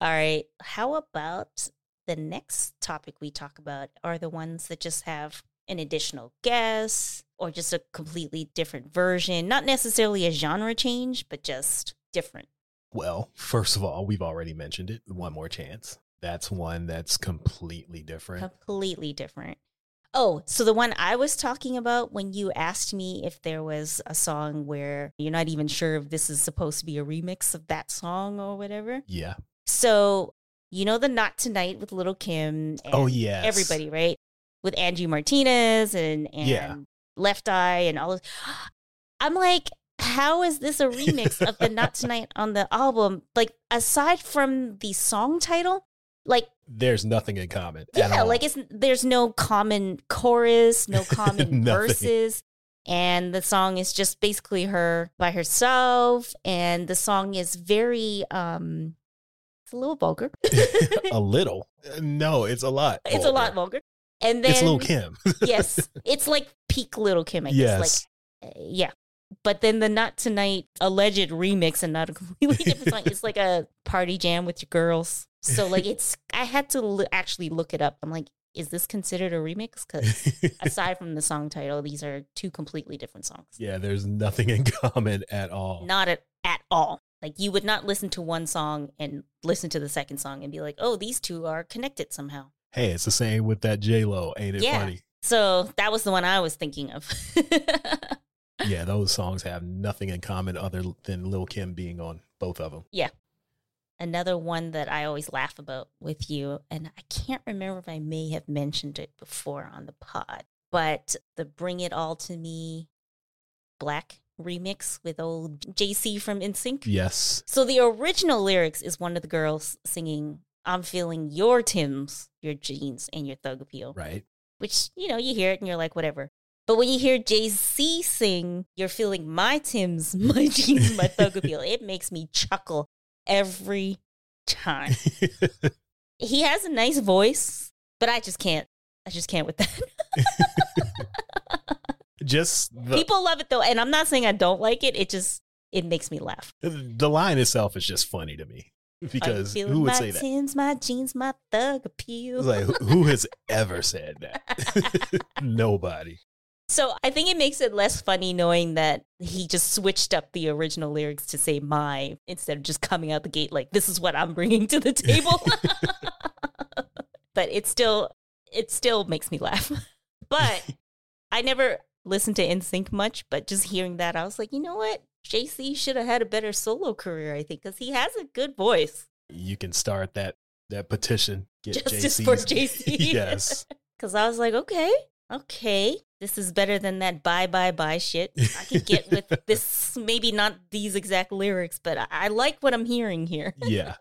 Speaker 2: All right. How about the next topic we talk about are the ones that just have an additional guest or just a completely different version, not necessarily a genre change, but just different.
Speaker 1: well first of all we've already mentioned it one more chance that's one that's completely different
Speaker 2: completely different. Oh, so the one I was talking about when you asked me if there was a song where you're not even sure if this is supposed to be a remix of that song or whatever.
Speaker 1: yeah
Speaker 2: So, you know, the Not Tonight with Little Kim and
Speaker 1: oh yeah
Speaker 2: everybody, right? With Angie Martinez and, and
Speaker 1: Yeah.
Speaker 2: Left Eye and all of. I'm like, how is this a remix
Speaker 1: <laughs>
Speaker 2: of the Not Tonight on the album? Like, aside from the song title, like,
Speaker 1: there's nothing in common at
Speaker 2: yeah,
Speaker 1: all.
Speaker 2: like it's there's no common
Speaker 1: <laughs>
Speaker 2: chorus, no common
Speaker 1: Nothing.
Speaker 2: verses. And the song is just basically her by herself. And the song is very um it's a
Speaker 1: <laughs>
Speaker 2: little vulgar.
Speaker 1: a little Uh, no it's a lot
Speaker 2: <laughs> It's a lot vulgar. And then
Speaker 1: it's Lil
Speaker 2: <laughs>
Speaker 1: Kim.
Speaker 2: yes. It's like peak little Kim, I
Speaker 1: <laughs>
Speaker 2: guess. Like uh, yeah. But then the Not Tonight alleged remix and not a <laughs> completely different song. It's like a party jam with your girls. So like it's I had to l- actually look it up. I'm like, is this considered a remix?
Speaker 1: <laughs>
Speaker 2: Because <laughs> aside from the song title, these are two completely different songs.
Speaker 1: yeah, there's nothing in common at all.
Speaker 2: Not at, at all. Like you would not listen to one song and listen to the second song and be like, oh, these two are connected somehow.
Speaker 1: Hey, it's the same with that J Lo, ain't it
Speaker 2: Yeah.
Speaker 1: funny?
Speaker 2: So that was the one I was thinking of. <laughs>
Speaker 1: Yeah, those songs have nothing in common other than Lil Kim being on both of them.
Speaker 2: Another one that I always laugh about with you, and I can't remember if I may have mentioned it before on the pod, but the Bring It All to Me Black remix with old JC from NSYNC.
Speaker 1: Yes,
Speaker 2: So the original lyrics is one of the girls singing, I'm feeling your Tim's, your jeans, and your thug appeal,
Speaker 1: right.
Speaker 2: which, you know, you hear it and you're like, whatever. But when you hear Jay Z sing, you're feeling my Tim's, <laughs> my jeans, my thug appeal, it makes me chuckle every time. He has a nice voice, but I just can't. I just can't with that.
Speaker 1: <laughs> Just the,
Speaker 2: People love it though, and I'm not saying I don't like it. It just it makes me laugh.
Speaker 1: the line itself is just funny to me because
Speaker 2: I'm feeling
Speaker 1: who would
Speaker 2: my
Speaker 1: say that?
Speaker 2: Tim's, my jeans, my thug appeal.
Speaker 1: It's like, who who has ever said
Speaker 2: <laughs>
Speaker 1: that? <laughs> Nobody.
Speaker 2: So I think it makes it less funny knowing that he just switched up the original lyrics to say my instead of just coming out the gate like this is what I'm bringing to the table. but it still it still makes me laugh. <laughs> But I never listened to NSYNC much, but just hearing that I was like, you know what? JC should have had a better solo career, I think, cuz he has a good voice.
Speaker 1: You can start that that petition. Get
Speaker 2: Justice
Speaker 1: <laughs>
Speaker 2: for
Speaker 1: JC's
Speaker 2: JC.
Speaker 1: yes.
Speaker 2: <laughs> Cause I was like, okay, okay, this is better than that bye bye bye shit. I could get with this, maybe not these exact lyrics, but I, I like what I'm hearing here.
Speaker 1: Yeah.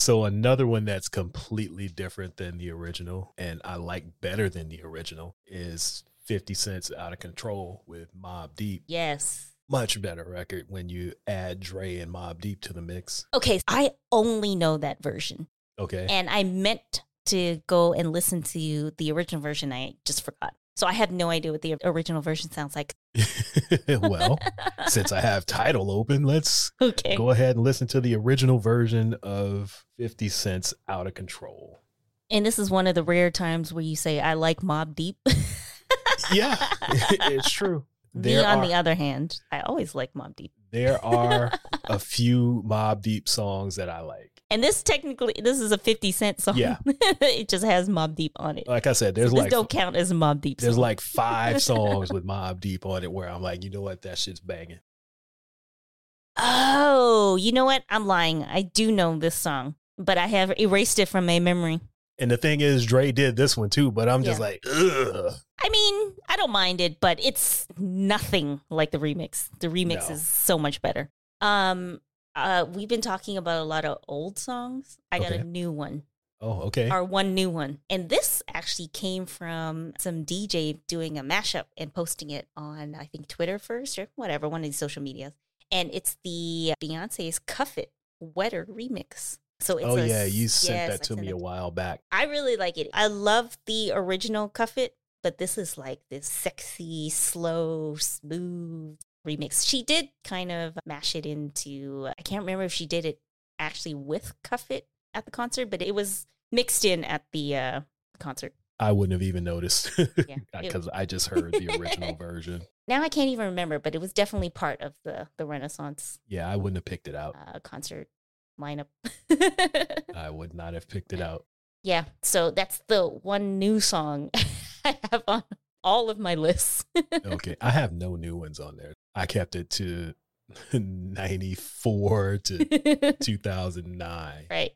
Speaker 1: So another one that's completely different than the original, and I like better than the original, is 50 Cent's Out of Control with Mob Deep.
Speaker 2: yes.
Speaker 1: Much better record when you add Dre and Mob Deep to the mix.
Speaker 2: Okay, I only know that version,
Speaker 1: Okay.
Speaker 2: and I meant to go and listen to the original version. I just forgot. So I had no idea what the original version sounds like. <laughs>
Speaker 1: <laughs> well, since I have title open, let's
Speaker 2: Okay.
Speaker 1: go ahead and listen to the original version of 50 Cent's Out of Control.
Speaker 2: And this is one of the rare times where you say, I like Mob Deep. <laughs>
Speaker 1: Yeah, <laughs> it's true.
Speaker 2: Me,
Speaker 1: There
Speaker 2: on
Speaker 1: are,
Speaker 2: the other hand, I always like Mob Deep.
Speaker 1: there
Speaker 2: <laughs>
Speaker 1: are a few Mob Deep songs that I like.
Speaker 2: And this technically, this is a 50 Cent song.
Speaker 1: Yeah.
Speaker 2: <laughs> it just has Mob Deep on it.
Speaker 1: Like I said,
Speaker 2: So
Speaker 1: there's
Speaker 2: this
Speaker 1: like
Speaker 2: don't count as a Mob Deep
Speaker 1: there's
Speaker 2: song.
Speaker 1: like
Speaker 2: <laughs>
Speaker 1: five songs with Mob Deep on it where I'm like, you know what, that shit's banging.
Speaker 2: oh, you know what? I'm lying. I do know this song, but I have erased it from my memory.
Speaker 1: And the thing is, Dre did this one too, but I'm just
Speaker 2: Yeah.
Speaker 1: like, ugh.
Speaker 2: I mean, I don't mind it, but it's nothing like the remix. The remix
Speaker 1: No.
Speaker 2: is so much better. Um, uh, we've been talking about a lot of old songs. I got
Speaker 1: Okay.
Speaker 2: a new one,
Speaker 1: Oh, okay.
Speaker 2: or one new one, and this actually came from some DJ doing a mashup and posting it on, I think, Twitter first or whatever one of these social medias. And it's the Beyonce's "Cuff It" Wetter remix. So it's
Speaker 1: Oh
Speaker 2: a-
Speaker 1: yeah, you
Speaker 2: yes,
Speaker 1: sent
Speaker 2: I
Speaker 1: that to
Speaker 2: sent
Speaker 1: me
Speaker 2: it
Speaker 1: a while back.
Speaker 2: I really like it. I love the original Cuff It, but this is like this sexy, slow, smooth remix. She did kind of mash it into, I can't remember if she did it actually with Cuff It at the concert, but it was mixed in at the uh, concert.
Speaker 1: I wouldn't have even noticed <laughs>
Speaker 2: Yeah. It-
Speaker 1: because I just heard the
Speaker 2: <laughs>
Speaker 1: original version.
Speaker 2: now I can't even remember, but it was definitely part of the, the Renaissance
Speaker 1: Yeah, I wouldn't have picked it out.
Speaker 2: uh, concert lineup. <laughs> Uh,
Speaker 1: I would not have picked it out.
Speaker 2: yeah, so that's the one new song <laughs> I have on all of my lists. <laughs>
Speaker 1: Okay, I have no new ones on there. I kept it to <laughs> 94 to 2009.
Speaker 2: right.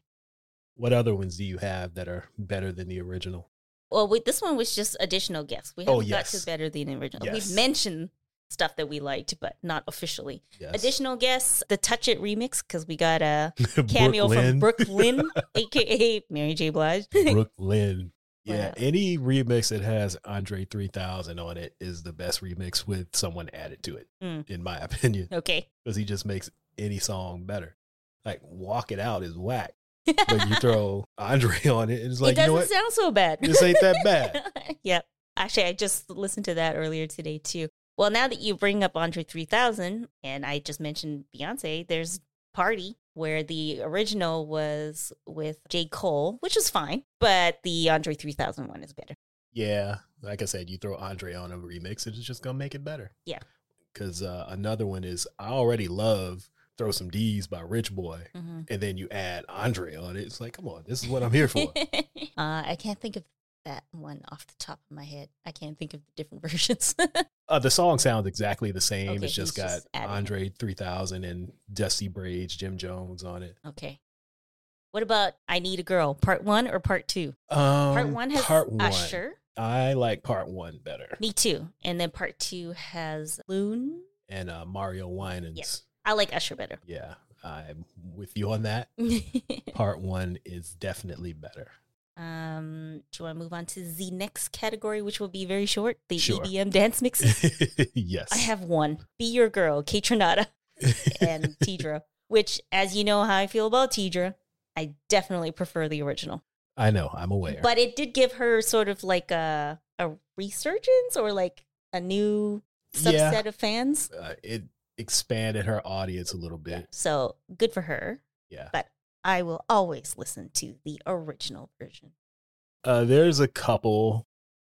Speaker 1: What other ones do you have that are better than the original?
Speaker 2: Well, wait, this one was just additional guests. We
Speaker 1: Oh,
Speaker 2: haven't got
Speaker 1: yes.
Speaker 2: to better than original.
Speaker 1: Yes.
Speaker 2: We've mentioned stuff that we liked, but not officially.
Speaker 1: Yes. <laughs>
Speaker 2: Additional guests, the Touch It remix, because we got a
Speaker 1: Brooke
Speaker 2: cameo from
Speaker 1: Lynn. <laughs>
Speaker 2: Brooklyn, aka Mary J. Blige.
Speaker 1: Brooklyn. Yeah,
Speaker 2: Wow.
Speaker 1: any remix that has Andre 3000 on it is the best remix with someone added to it,
Speaker 2: Mm.
Speaker 1: in my <laughs> opinion,
Speaker 2: <laughs> okay.
Speaker 1: because he just makes any song better. Like, Walk It Out is whack,
Speaker 2: <laughs>
Speaker 1: but you throw Andre on it, and it's like, you
Speaker 2: it doesn't
Speaker 1: know what?
Speaker 2: sound so bad.
Speaker 1: this ain't that
Speaker 2: <laughs>
Speaker 1: bad.
Speaker 2: yep. Actually, I just listened to that earlier today too. Well, now that you bring up Andre 3000 and I just mentioned Beyonce, there's Party where the original was with J. Cole, which is fine, but the Andre 3000 one is better.
Speaker 1: Yeah, like I said, you throw Andre on a remix, it's just gonna make it better.
Speaker 2: Yeah.
Speaker 1: Because uh, another one is I already love "Throw Some D's" by Rich Boy,
Speaker 2: Mhm.
Speaker 1: and then you add Andre on it. It's like, come on, this is what I'm here
Speaker 2: <laughs>
Speaker 1: for.
Speaker 2: uh, I can't think of that one off the top of my head. I can't think of the different <laughs> versions.
Speaker 1: Uh, the song sounds exactly the same.
Speaker 2: Okay,
Speaker 1: it's just
Speaker 2: he's
Speaker 1: got
Speaker 2: just adding it.
Speaker 1: Andre 3000 and Dusty Braids, Jim Jones on it.
Speaker 2: okay. What about I Need a Girl, part one or part two?
Speaker 1: Um,
Speaker 2: Part one has
Speaker 1: part one.
Speaker 2: Usher.
Speaker 1: I like part one better.
Speaker 2: Me too. And then part two has Loon.
Speaker 1: And uh, Mario Winans.
Speaker 2: I like Usher better.
Speaker 1: Yeah, I'm with you on that. Part one is definitely better. <laughs>
Speaker 2: um, do you want to move on to the next category, which will be very short? The
Speaker 1: Sure.
Speaker 2: EDM dance
Speaker 1: <laughs>
Speaker 2: mixes.
Speaker 1: yes.
Speaker 2: I have one. Be Your Girl, K Tronada and
Speaker 1: <laughs>
Speaker 2: Tidra, which, as you know how I feel about Tidra, I definitely prefer the original.
Speaker 1: I know. I'm aware.
Speaker 2: But it did give her sort of like a, a resurgence or like a new subset
Speaker 1: yeah,
Speaker 2: of fans.
Speaker 1: uh, it expanded her audience a little bit.
Speaker 2: So good for her.
Speaker 1: Yeah.
Speaker 2: I will always listen to the original version.
Speaker 1: Uh, there's a couple,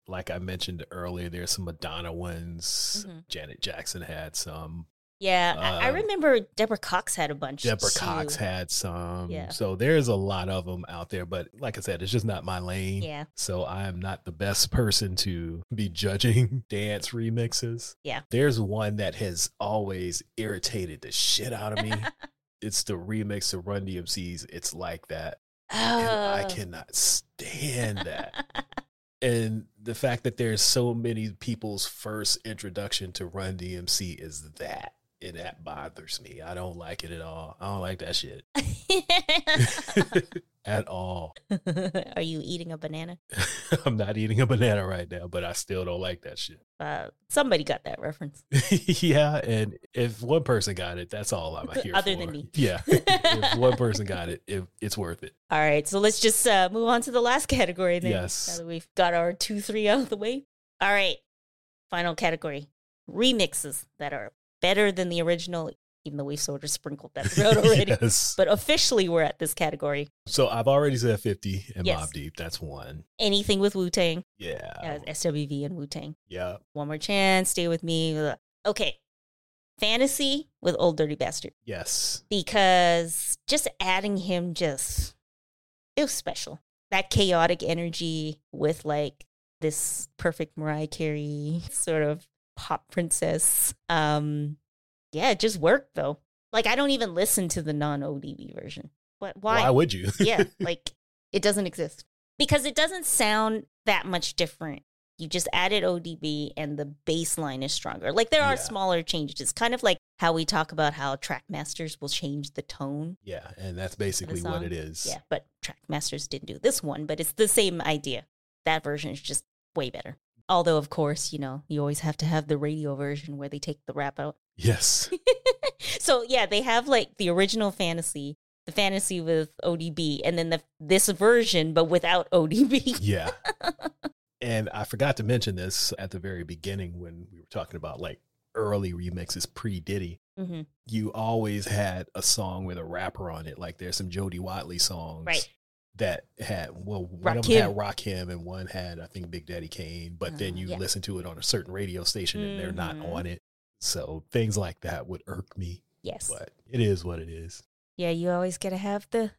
Speaker 1: like I mentioned earlier, there's some Madonna ones.
Speaker 2: Mhm.
Speaker 1: Janet Jackson had some.
Speaker 2: Yeah, I, I
Speaker 1: Um,
Speaker 2: remember Deborah Cox had a bunch.
Speaker 1: Deborah
Speaker 2: too.
Speaker 1: Cox had some.
Speaker 2: Yeah.
Speaker 1: So there's a lot of them out there. But like I said, it's just not my lane.
Speaker 2: Yeah,
Speaker 1: So I am not the best person to be judging <laughs> dance remixes.
Speaker 2: Yeah.
Speaker 1: There's one that has always irritated the shit out
Speaker 2: <laughs>
Speaker 1: of me. it's the remix of Run DMC's It's Like That. And I
Speaker 2: Oh.
Speaker 1: cannot stand that. and the fact that there's so many people's first introduction to Run DMC is that. And that bothers me. I don't like it at all. I don't like that
Speaker 2: <laughs>
Speaker 1: shit at all. <laughs>
Speaker 2: <laughs> Are you eating a banana?
Speaker 1: I'm not eating a banana right now, but I still don't like that shit. <laughs>
Speaker 2: Uh, somebody got that reference.
Speaker 1: yeah, and if one person got it, that's all I'm here
Speaker 2: Other
Speaker 1: for.
Speaker 2: than me.
Speaker 1: Yeah. <laughs>
Speaker 2: <laughs>
Speaker 1: if one person got it, if it's worth it.
Speaker 2: All right, so let's just uh, move on to the last category then.
Speaker 1: Yes.
Speaker 2: Now that we've got our two, three out of the way. All right. Final category remixes that are better than the original, even though we've sort of sprinkled that
Speaker 1: <laughs>
Speaker 2: throughout already.
Speaker 1: yes.
Speaker 2: But officially, we're at this category.
Speaker 1: So I've already said 50 and
Speaker 2: Yes.
Speaker 1: Mob Deep. That's one.
Speaker 2: Anything with Wu Tang,
Speaker 1: Yeah.
Speaker 2: uh, SWV and Wu Tang.
Speaker 1: yeah.
Speaker 2: One More Chance, Stay With Me. blah. Okay. Fantasy with Old Dirty Bastard
Speaker 1: Yes.
Speaker 2: because just adding him just, it was special. That chaotic energy with like this perfect Mariah Carey sort of pop princess. Um, yeah, it just worked though. Like I don't even listen to the non ODB version. What? Why?
Speaker 1: Why would you? <laughs>
Speaker 2: yeah, like it doesn't exist because it doesn't sound that much different. You just added ODB and the baseline is stronger. Like there are
Speaker 1: Yeah.
Speaker 2: smaller changes. It's kind of like how we talk about how track masters will change the tone.
Speaker 1: yeah. And that's basically what
Speaker 2: song.
Speaker 1: it is.
Speaker 2: Yeah, but track masters didn't do this one, but it's the same idea. That version is just way better. Although, of course, you know, you always have to have the radio version where they take the rap out. <laughs>
Speaker 1: Yes.
Speaker 2: so yeah, they have like the original fantasy, the fantasy with ODB, and then the this version but without ODB. <laughs>
Speaker 1: Yeah. and I forgot to mention this at the very beginning when we were talking about like early remixes pre Diddy.
Speaker 2: Mhm.
Speaker 1: You always had a song with a rapper on it. Like there's some Jody Watley songs
Speaker 2: Right.
Speaker 1: that had well one of
Speaker 2: Rakim.
Speaker 1: them had Rakim and one had I think Big Daddy Kane, but then
Speaker 2: Uh,
Speaker 1: you
Speaker 2: yeah.
Speaker 1: listen to it on a certain radio station and they're not
Speaker 2: Mhm.
Speaker 1: on it. So things like that would irk me,
Speaker 2: Yes.
Speaker 1: but it is what it is.
Speaker 2: Yeah, you always gotta have the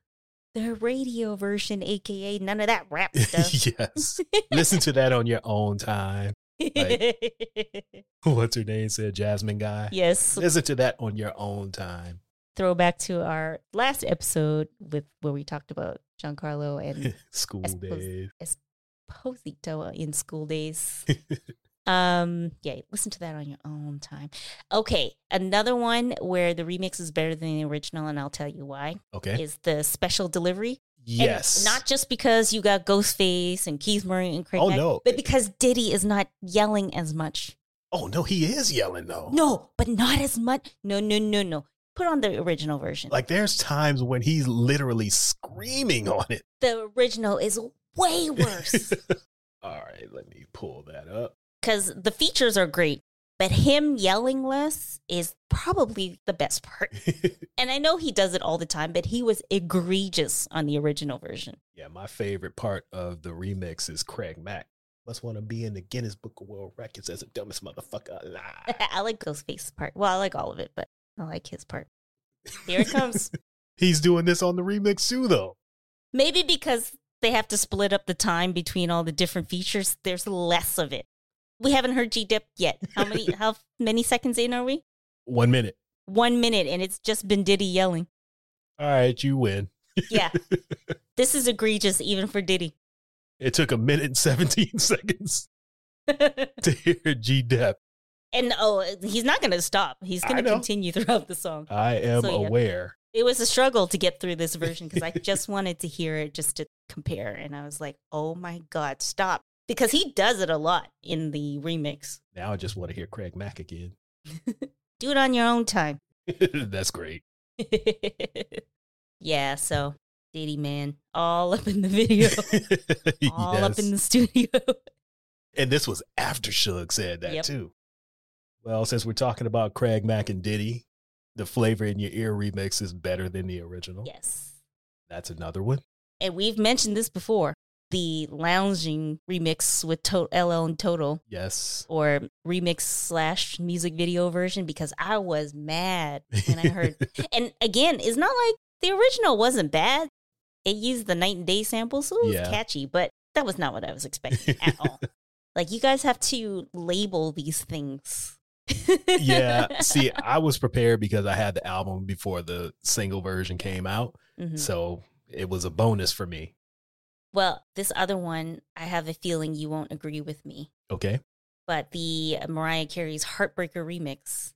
Speaker 2: the radio version, aka none of that
Speaker 1: <laughs>
Speaker 2: rap stuff.
Speaker 1: yes. listen to that on your own time. <laughs> What's her name said Jasmine guy.
Speaker 2: <laughs> yes.
Speaker 1: Listen to that on your own time. <laughs>
Speaker 2: Throwback to our last episode with where we talked about
Speaker 1: <laughs>
Speaker 2: Giancarlo and
Speaker 1: School
Speaker 2: suppose-
Speaker 1: days.
Speaker 2: Posito in
Speaker 1: <laughs>
Speaker 2: school days. um, yeah, listen to that on your own time. Okay, another one where the remix is better than the original, and I'll tell you why
Speaker 1: Okay.
Speaker 2: is the special delivery. And
Speaker 1: yes.
Speaker 2: not just because you got Ghostface and Keith Murray and Craig,
Speaker 1: Oh,
Speaker 2: Mack,
Speaker 1: no.
Speaker 2: but because Diddy is not yelling as much.
Speaker 1: oh no, he is yelling though.
Speaker 2: No, but not as much. No, no, no, no. Put on the original version.
Speaker 1: Like there's times when he's literally screaming on it.
Speaker 2: the original is
Speaker 1: <laughs>
Speaker 2: way worse.
Speaker 1: All right, let me pull that up. <laughs>
Speaker 2: because the features are great, but him yelling less is probably the
Speaker 1: <laughs>
Speaker 2: best part. And I know he does it all the time, but he was egregious on the original version. <laughs>
Speaker 1: yeah, my favorite part of the remix is Craig Mack. Must want to be in the Guinness Book of World Records as the dumbest motherfucker alive.
Speaker 2: <laughs> I like Ghostface's part. Well, I like all of it, but I like his part. Here
Speaker 1: <laughs>
Speaker 2: it comes.
Speaker 1: He's doing this on the remix too, though.
Speaker 2: Maybe because they have to split up the time between all the different features, there's less of it. We haven't heard G Dip yet.
Speaker 1: <laughs>
Speaker 2: How many how many seconds in are we?
Speaker 1: One minute.
Speaker 2: One minute and it's just been Diddy yelling.
Speaker 1: All right, you win. <laughs>
Speaker 2: Yeah. this is egregious even for Diddy. <laughs>
Speaker 1: It took a minute and <laughs> 17 seconds to hear G Dep.
Speaker 2: And oh, he's not going to stop. He's
Speaker 1: I
Speaker 2: going to
Speaker 1: know.
Speaker 2: continue throughout the song.
Speaker 1: I am
Speaker 2: So, yeah.
Speaker 1: aware.
Speaker 2: It was a struggle to get through this version
Speaker 1: <laughs>
Speaker 2: because I just wanted to hear it just to compare. And I was like, oh my God, stop. Because he does it a lot in the remix.
Speaker 1: Now I just want to hear Craig Mack again. <laughs>
Speaker 2: Do it on your own time.
Speaker 1: That's great.
Speaker 2: <laughs> yeah, so Diddy Man, all up in
Speaker 1: <laughs>
Speaker 2: the video, all up in the studio.
Speaker 1: And this was after Suge said that
Speaker 2: Yep.
Speaker 1: too. Well, since we're talking about Craig Mack and Diddy, the flavor in your ear remix is better than the original.
Speaker 2: yes.
Speaker 1: That's another one.
Speaker 2: And we've mentioned this before the lounging remix with to- LL and Total. <laughs>
Speaker 1: Yes.
Speaker 2: or remix slash music video version because I was mad when I
Speaker 1: <laughs>
Speaker 2: heard. and again, it's not like the original wasn't bad. It used the night and day sample, so it was
Speaker 1: Yeah.
Speaker 2: catchy, but that was not what I was expecting
Speaker 1: <laughs>
Speaker 2: at all. Like you guys have to label these things. <laughs>
Speaker 1: yeah. See, I was prepared because I had the album before the single version came out.
Speaker 2: Mhm.
Speaker 1: So it was a bonus for me.
Speaker 2: Well, this other one, I have a feeling you won't agree with me.
Speaker 1: Okay.
Speaker 2: but the Mariah Carey's Heartbreaker remix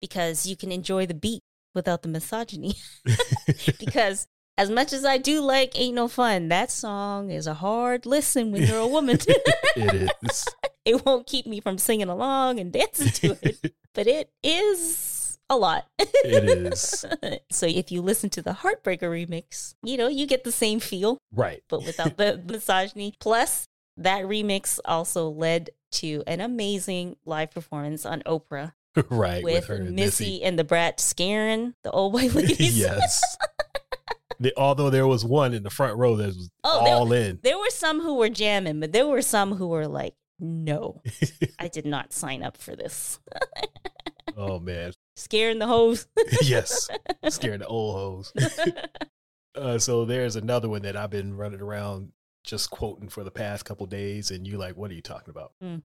Speaker 2: because you can enjoy the beat without
Speaker 1: <laughs>
Speaker 2: the misogyny. <laughs> because as much as I do like Ain't No Fun, that song is a hard listen when you're a
Speaker 1: <laughs>
Speaker 2: woman. <laughs>
Speaker 1: It is.
Speaker 2: it won't keep me from singing along and dancing to
Speaker 1: <laughs>
Speaker 2: it, but it is a lot.
Speaker 1: it is.
Speaker 2: <laughs> so if you listen to the Heartbreaker remix, you know, you get the same feel
Speaker 1: Right.
Speaker 2: but without the misogyny. Plus, That remix also led to an amazing live performance on Oprah
Speaker 1: <laughs> right
Speaker 2: with, Missy, and the brat scaring the
Speaker 1: <laughs>
Speaker 2: old white <laughs> ladies.
Speaker 1: yes. The- although there was one in the front row that was
Speaker 2: Oh, there-
Speaker 1: all
Speaker 2: <laughs>
Speaker 1: in.
Speaker 2: There were some who were jamming, but there were some who were like,
Speaker 1: <laughs>
Speaker 2: no, I did not sign up for this.
Speaker 1: Oh man. <laughs>
Speaker 2: Scaring the hoes. <laughs>
Speaker 1: yes. Scaring the old hoes. Uh, so there's another one that I've been running around just quoting for the past couple days, and you like, what are you talking about?
Speaker 2: Mm.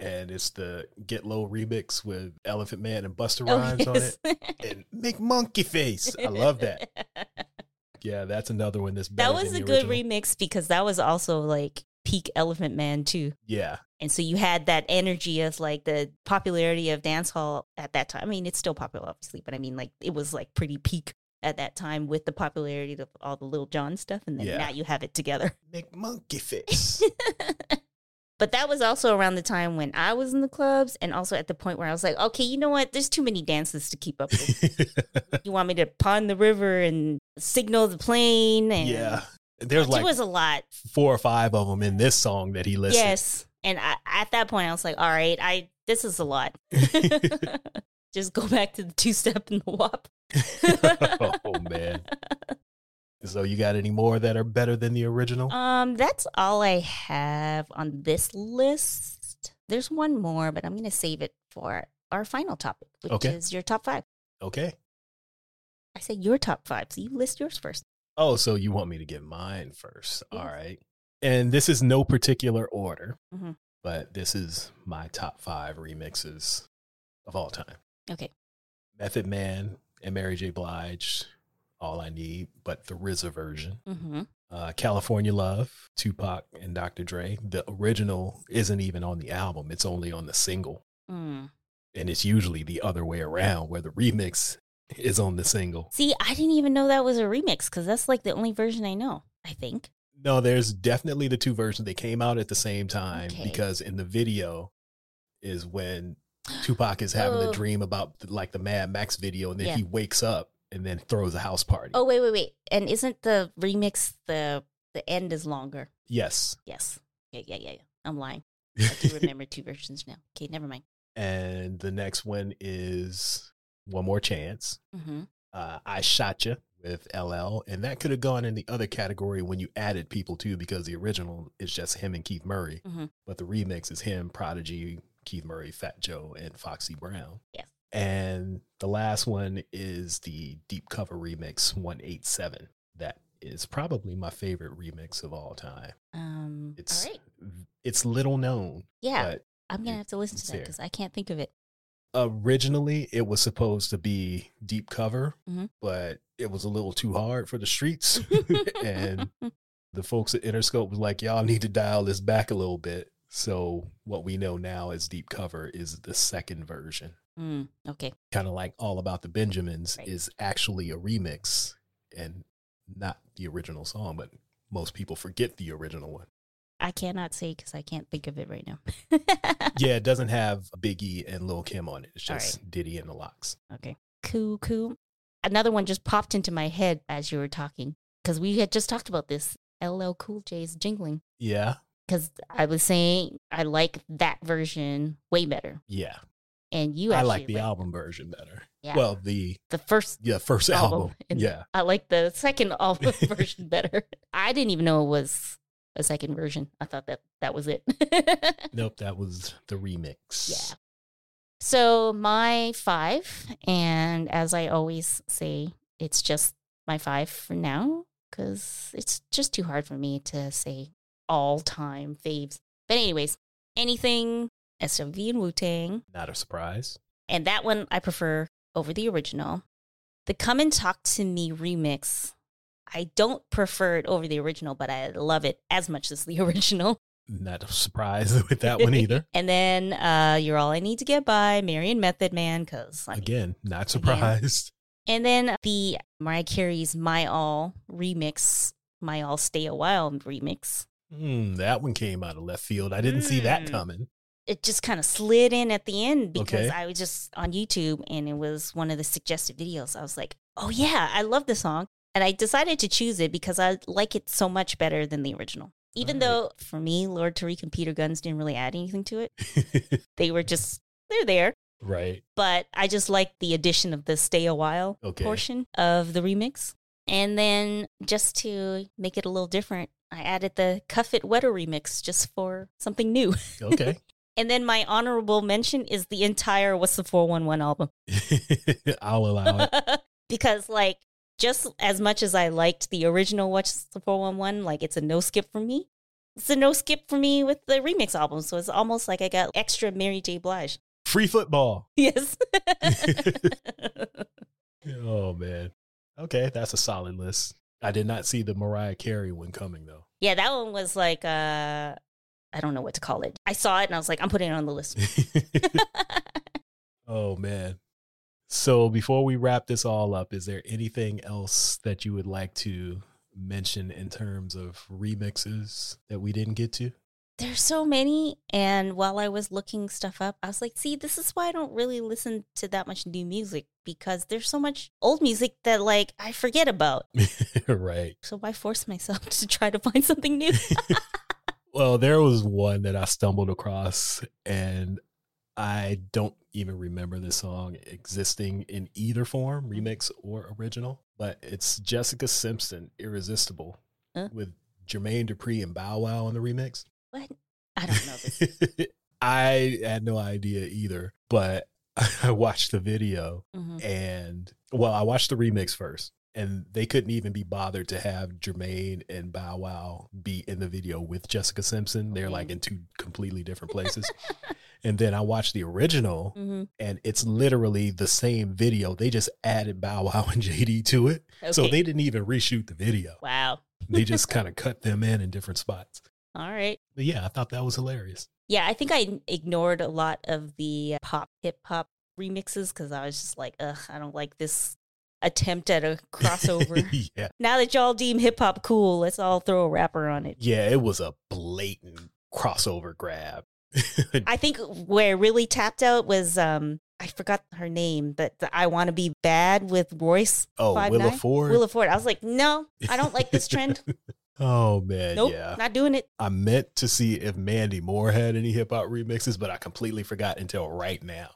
Speaker 1: And it's the Get Low remix with Elephant Man and Buster
Speaker 2: Oh,
Speaker 1: Rhymes on it,
Speaker 2: yes.
Speaker 1: and Make Monkey Face. I love that.
Speaker 2: <laughs>
Speaker 1: Yeah, that's another one that's better
Speaker 2: That was
Speaker 1: than
Speaker 2: a
Speaker 1: the
Speaker 2: good
Speaker 1: original.
Speaker 2: remix because that was also like peak Elephant Man too.
Speaker 1: Yeah,
Speaker 2: And so you had that energy of like the popularity of dancehall at that time. I mean, it's still popular, obviously, but I mean, like it was like pretty peak at that time with the popularity of all the Lil Jon stuff. And then
Speaker 1: Yeah.
Speaker 2: now you have it together. <laughs>
Speaker 1: Make Monkey Face.
Speaker 2: But that was also around the time when I was in the clubs and also at the point where I was like, okay, you know what? There's too many dances to keep
Speaker 1: <laughs>
Speaker 2: up with. you want me to pond the river and signal the plane? And
Speaker 1: yeah, there's
Speaker 2: it
Speaker 1: like
Speaker 2: was a lot.
Speaker 1: four or five of them in this song that he listed.
Speaker 2: Yes. And I, at that point, I was like, all right, I this is a lot. <laughs> Just go back to the two step and the wop.
Speaker 1: <laughs>
Speaker 2: <laughs>
Speaker 1: oh man. So you got any more that are better than the original?
Speaker 2: Um, that's all I have on this list. There's one more, but I'm going to save it for our final topic, which
Speaker 1: Okay.
Speaker 2: is your top five.
Speaker 1: okay.
Speaker 2: I said your top five, so you list yours first.
Speaker 1: Oh, so you want me to get mine first? All
Speaker 2: Yes.
Speaker 1: right. And this is no particular order,
Speaker 2: Mhm.
Speaker 1: but this is my top five remixes of all time.
Speaker 2: Okay.
Speaker 1: Method Man and Mary J. Blige, All I Need, but the RZA version.
Speaker 2: Mm-hmm.
Speaker 1: Uh, California Love, Tupac and Dr. Dre. The original isn't even on the album; it's only on the single,
Speaker 2: Mm.
Speaker 1: and it's usually the other way around, where the remix is on the single.
Speaker 2: See, I didn't even know that was a remix because that's like the only version I know. I think.
Speaker 1: No, there's definitely the two versions. They came out at the same time
Speaker 2: Okay.
Speaker 1: because in the video is when Tupac is having
Speaker 2: Oh.
Speaker 1: a dream about like the Mad Max video, and then
Speaker 2: Yeah.
Speaker 1: he wakes up and then throws a house party.
Speaker 2: Oh wait, wait, wait! And isn't the remix the the end is longer?
Speaker 1: Yes.
Speaker 2: Yes. Yeah, yeah, yeah. yeah. I'm lying.
Speaker 1: <laughs>
Speaker 2: I do remember two versions now. Okay, never mind.
Speaker 1: and the next one is One More Chance.
Speaker 2: Mm-hmm.
Speaker 1: uh, I Shot Ya with LL. And that could have gone in the other category when you added people too, because the original is just him and Keith Murray.
Speaker 2: Mhm.
Speaker 1: But the remix is him, Prodigy, Keith Murray, Fat Joe, and Foxy Brown.
Speaker 2: Yes.
Speaker 1: And the last one is the deep cover remix 187. That is probably my favorite remix of all time.
Speaker 2: Um.
Speaker 1: It's-
Speaker 2: all right.
Speaker 1: It's little known,
Speaker 2: Yeah,
Speaker 1: but
Speaker 2: I'm gonna have to listen
Speaker 1: it's
Speaker 2: to that
Speaker 1: there.
Speaker 2: because I can't think of it.
Speaker 1: originally it was supposed to be deep cover,
Speaker 2: Mhm.
Speaker 1: but it was a little too hard for the streets. <laughs> and the folks at Interscope was like, y'all need to dial this back a little bit. So what we know now as deep cover is the second version.
Speaker 2: <laughs> Mm, okay.
Speaker 1: Kind of like All About the Benjamins
Speaker 2: Right.
Speaker 1: is actually a remix and not the original song, but most people forget the original one.
Speaker 2: I cannot say because I can't think of it right now. <laughs>
Speaker 1: yeah, it doesn't have Biggie and Lil Kim on it. It's
Speaker 2: All
Speaker 1: just Diddy and the Locks.
Speaker 2: Okay. Cool, cool. Another one just popped into my head as you were talking because we had just talked about this LL Cool J's jingling.
Speaker 1: Yeah.
Speaker 2: Because I was saying I like that version way better,
Speaker 1: Yeah.
Speaker 2: and you
Speaker 1: I
Speaker 2: actually
Speaker 1: like the album version better.
Speaker 2: Yeah.
Speaker 1: Well, the
Speaker 2: the first.
Speaker 1: yeah first
Speaker 2: Album.
Speaker 1: album.
Speaker 2: And-
Speaker 1: Yeah,
Speaker 2: I like the second <laughs> album version better. I didn't even know it was a second version. I thought that that was it. <laughs>
Speaker 1: nope, that was the remix.
Speaker 2: Yeah. So my five, and as I always say, it's just my five for now because it's just too hard for me to say all time faves. But anyways, anything SMV and Wu Tang,
Speaker 1: not a surprise.
Speaker 2: and that one I prefer over the original. The Come and Talk to Me remix, I don't prefer it over the original, but I love it as much as the <laughs> original.
Speaker 1: Not a surprise <laughs> with that one either.
Speaker 2: And then uh, You're All I Need to Get By, Marion Method Man, because I mean,
Speaker 1: Again, not surprised.
Speaker 2: And then the Mariah Carey's My All remix, My All Stay a While remix.
Speaker 1: Hmm, that one came out of left field. I didn't see that
Speaker 2: Mm.
Speaker 1: coming. <laughs>
Speaker 2: It just kind of slid in at the end because
Speaker 1: Okay.
Speaker 2: I was just on YouTube and it was one of the suggested videos. I was like, oh yeah, I love the song. And I decided to choose it because I like it so much better than the original, Even
Speaker 1: Alright.
Speaker 2: though for me, Lord Tariq and Peter Guns didn't really add anything to it. They were just they're there.
Speaker 1: right.
Speaker 2: But I just like the addition of the stay a while
Speaker 1: Okay.
Speaker 2: portion of the remix. And then just to make it a little different, I added the Cuff It Wetter remix just for something new.
Speaker 1: Okay. <laughs>
Speaker 2: And then my honorable mention is the entire What's the 411 album.
Speaker 1: I'll allow it.
Speaker 2: <laughs> because like just as much as I liked the original Watch the 411, like it's a no skip for me. It's a no skip for me with the remix album. So it's almost like I got extra Mary J. Blige.
Speaker 1: <laughs>
Speaker 2: <laughs>
Speaker 1: Free football.
Speaker 2: Yes.
Speaker 1: Oh man. Okay, that's a solid list. I did not see the Mariah Carey one coming though.
Speaker 2: yeah, that one was like uh I don't know what to call it. I saw it and I was like, I'm putting it on the list.
Speaker 1: <laughs> oh man. So before we wrap this all up, is there anything else that you would like to mention in terms of remixes that we didn't get to? <laughs>
Speaker 2: There's so many. And while I was looking stuff up, I was like, see, this is why I don't really listen to that much new music because there's so much old music that like I forget about.
Speaker 1: right.
Speaker 2: So why force myself <laughs> to try to find something new?
Speaker 1: Well, there was one that I stumbled across and I don't even remember the song existing in either form, remix or original, but it's Jessica Simpson, Irresistible,
Speaker 2: Huh?
Speaker 1: with Jermaine Dupri and Bow Wow on the remix.
Speaker 2: What? I don't know this.
Speaker 1: <laughs> I had no idea either, but <laughs> I watched the video
Speaker 2: Mhm.
Speaker 1: and well, I watched the remix first, and they couldn't even be bothered to have Jermaine and Bow Wow be in the video with Jessica Simpson. They're like in two completely different
Speaker 2: <laughs>
Speaker 1: places. and then I watched the original,
Speaker 2: Mhm.
Speaker 1: and it's literally the same video. They just added Bow Wow and <laughs> JD to it, <laughs> so
Speaker 2: Okay.
Speaker 1: they didn't even reshoot the video.
Speaker 2: Wow.
Speaker 1: They
Speaker 2: <laughs>
Speaker 1: just kind of cut them in in different spots.
Speaker 2: All right.
Speaker 1: But yeah, I thought that was hilarious.
Speaker 2: Yeah, I think I ignored a lot of the pop hip hop remixes because I was just like, ugh, I don't like this attempt at
Speaker 1: <laughs>
Speaker 2: a crossover.
Speaker 1: yeah,
Speaker 2: now that y'all deem hip hop cool, let's all throw a rapper on it.
Speaker 1: yeah, it was a blatant crossover grab. <laughs>
Speaker 2: I think where it really tapped out was um I forgot her name, but the I want to be bad with Royce
Speaker 1: Oh,
Speaker 2: Five
Speaker 1: Willa
Speaker 2: Nine?
Speaker 1: Ford.
Speaker 2: Willa Ford. I was like, no, I don't like
Speaker 1: <laughs>
Speaker 2: this trend.
Speaker 1: Oh man,
Speaker 2: Nope,
Speaker 1: yeah.
Speaker 2: not doing it.
Speaker 1: I meant to see if Mandy Moore had any hip hop remixes, but I completely forgot until right now.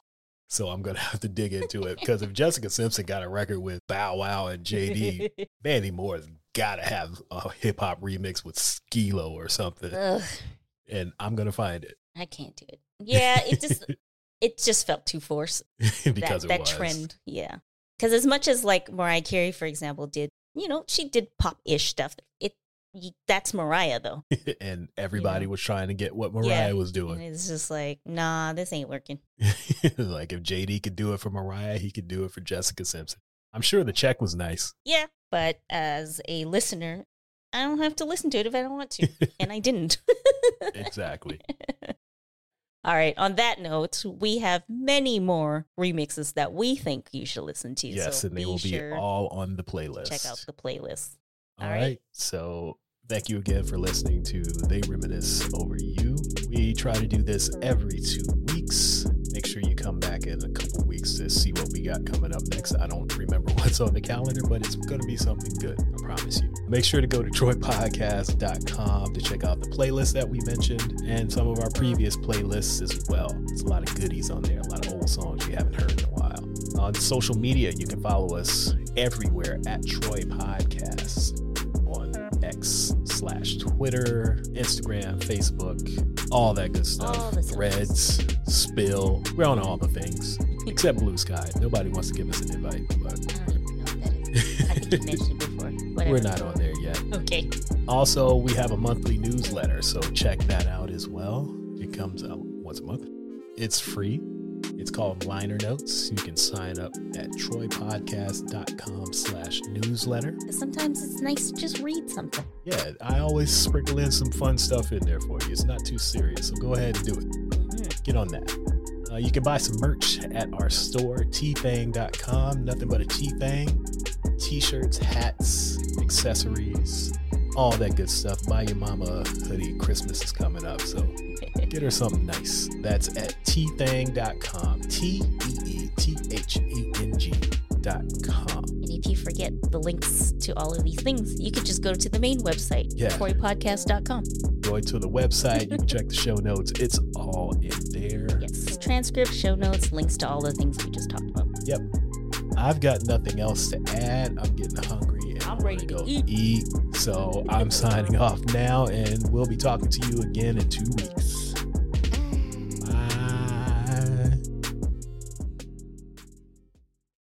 Speaker 1: So I'm gonna have to dig into it because if Jessica Simpson got a record with Bow Wow and
Speaker 2: <laughs>
Speaker 1: JD, <laughs> Mandy Moore's gotta have a hip hop remix with Skilo or something,
Speaker 2: Ugh.
Speaker 1: and I'm gonna find
Speaker 2: I can't do it. Yeah, it just it just felt too forced.
Speaker 1: it <laughs>
Speaker 2: That,
Speaker 1: because it
Speaker 2: that
Speaker 1: was
Speaker 2: trend, yeah. Because as much as like Mariah Carey, for example, did you know she did pop ish stuff. It y- that's Mariah though.
Speaker 1: <laughs> and everybody
Speaker 2: Yeah.
Speaker 1: was trying to get what Mariah
Speaker 2: Yeah.
Speaker 1: was
Speaker 2: And
Speaker 1: doing.
Speaker 2: it's just like nah, this ain't working.
Speaker 1: <laughs> like if JD could do it for Mariah, he could do it for Jessica Simpson. I'm sure the check was nice.
Speaker 2: Yeah, but as a listener, I don't have to listen to it if I don't want to, and I didn't.
Speaker 1: <laughs>
Speaker 2: <laughs>
Speaker 1: Exactly.
Speaker 2: All right. On that note, we have many more remixes that we think you should listen to.
Speaker 1: yes,
Speaker 2: so
Speaker 1: and they will be
Speaker 2: sure
Speaker 1: all on the
Speaker 2: to
Speaker 1: playlist.
Speaker 2: check out the playlist.
Speaker 1: All
Speaker 2: All right.
Speaker 1: right. So thank you again for listening to They Reminisce Over You. We try to do this every two weeks. Make sure you come back in a couple weeks to see what we got coming up next. I don't remember <laughs> what's on the calendar, but it's going to be something good. I promise you. Make sure to go to troypodcast.com to check out the playlist that we mentioned and some of our previous playlists as well. There's a lot of goodies on there, a lot of old songs you haven't heard in a while. On Uh, social media, you can follow us everywhere at Troy Podcasts on X slash Twitter, Instagram, Facebook, all that good stuff.
Speaker 2: All the stuff.
Speaker 1: Threads, spill. We're on all the things except Blue Sky. Nobody wants to give us an invite, but
Speaker 2: I don't even know what that is. I think you
Speaker 1: <laughs>
Speaker 2: mentioned it before. Whatever.
Speaker 1: we're not on there yet.
Speaker 2: Okay.
Speaker 1: Also, we have a monthly newsletter, so check that out as well. It comes out once a month. It's free. It's called Liner Notes. You can sign up at troypodcast.com slash newsletter.
Speaker 2: 'Cause Sometimes it's nice to just read something.
Speaker 1: Yeah, I always sprinkle in some fun stuff in there for you. It's not too serious, so go ahead and do it.
Speaker 2: <laughs> Mhm.
Speaker 1: Get on that. Uh, you can buy some merch at our store, tfang.com. Nothing but a tfang. T shirts, hats, accessories, all that good stuff. Buy your mama a hoodie. Christmas is coming up, so get her something nice. That's at tfang.com. T E E T H E N G coreypodcast.com.
Speaker 2: And if you forget the links to all of these things, you could just go to the main website,
Speaker 1: Yeah.
Speaker 2: coreypodcast.com.
Speaker 1: Go to the website, you can check the show notes. It's all in there.
Speaker 2: Yes, transcripts, show notes, links to all the things we just talked about.
Speaker 1: I've got nothing else to add. I'm getting hungry and
Speaker 2: I'm
Speaker 1: I wanna
Speaker 2: ready to
Speaker 1: go
Speaker 2: eat.
Speaker 1: eat. So I'm signing off now, and we'll be talking to you again in two weeks.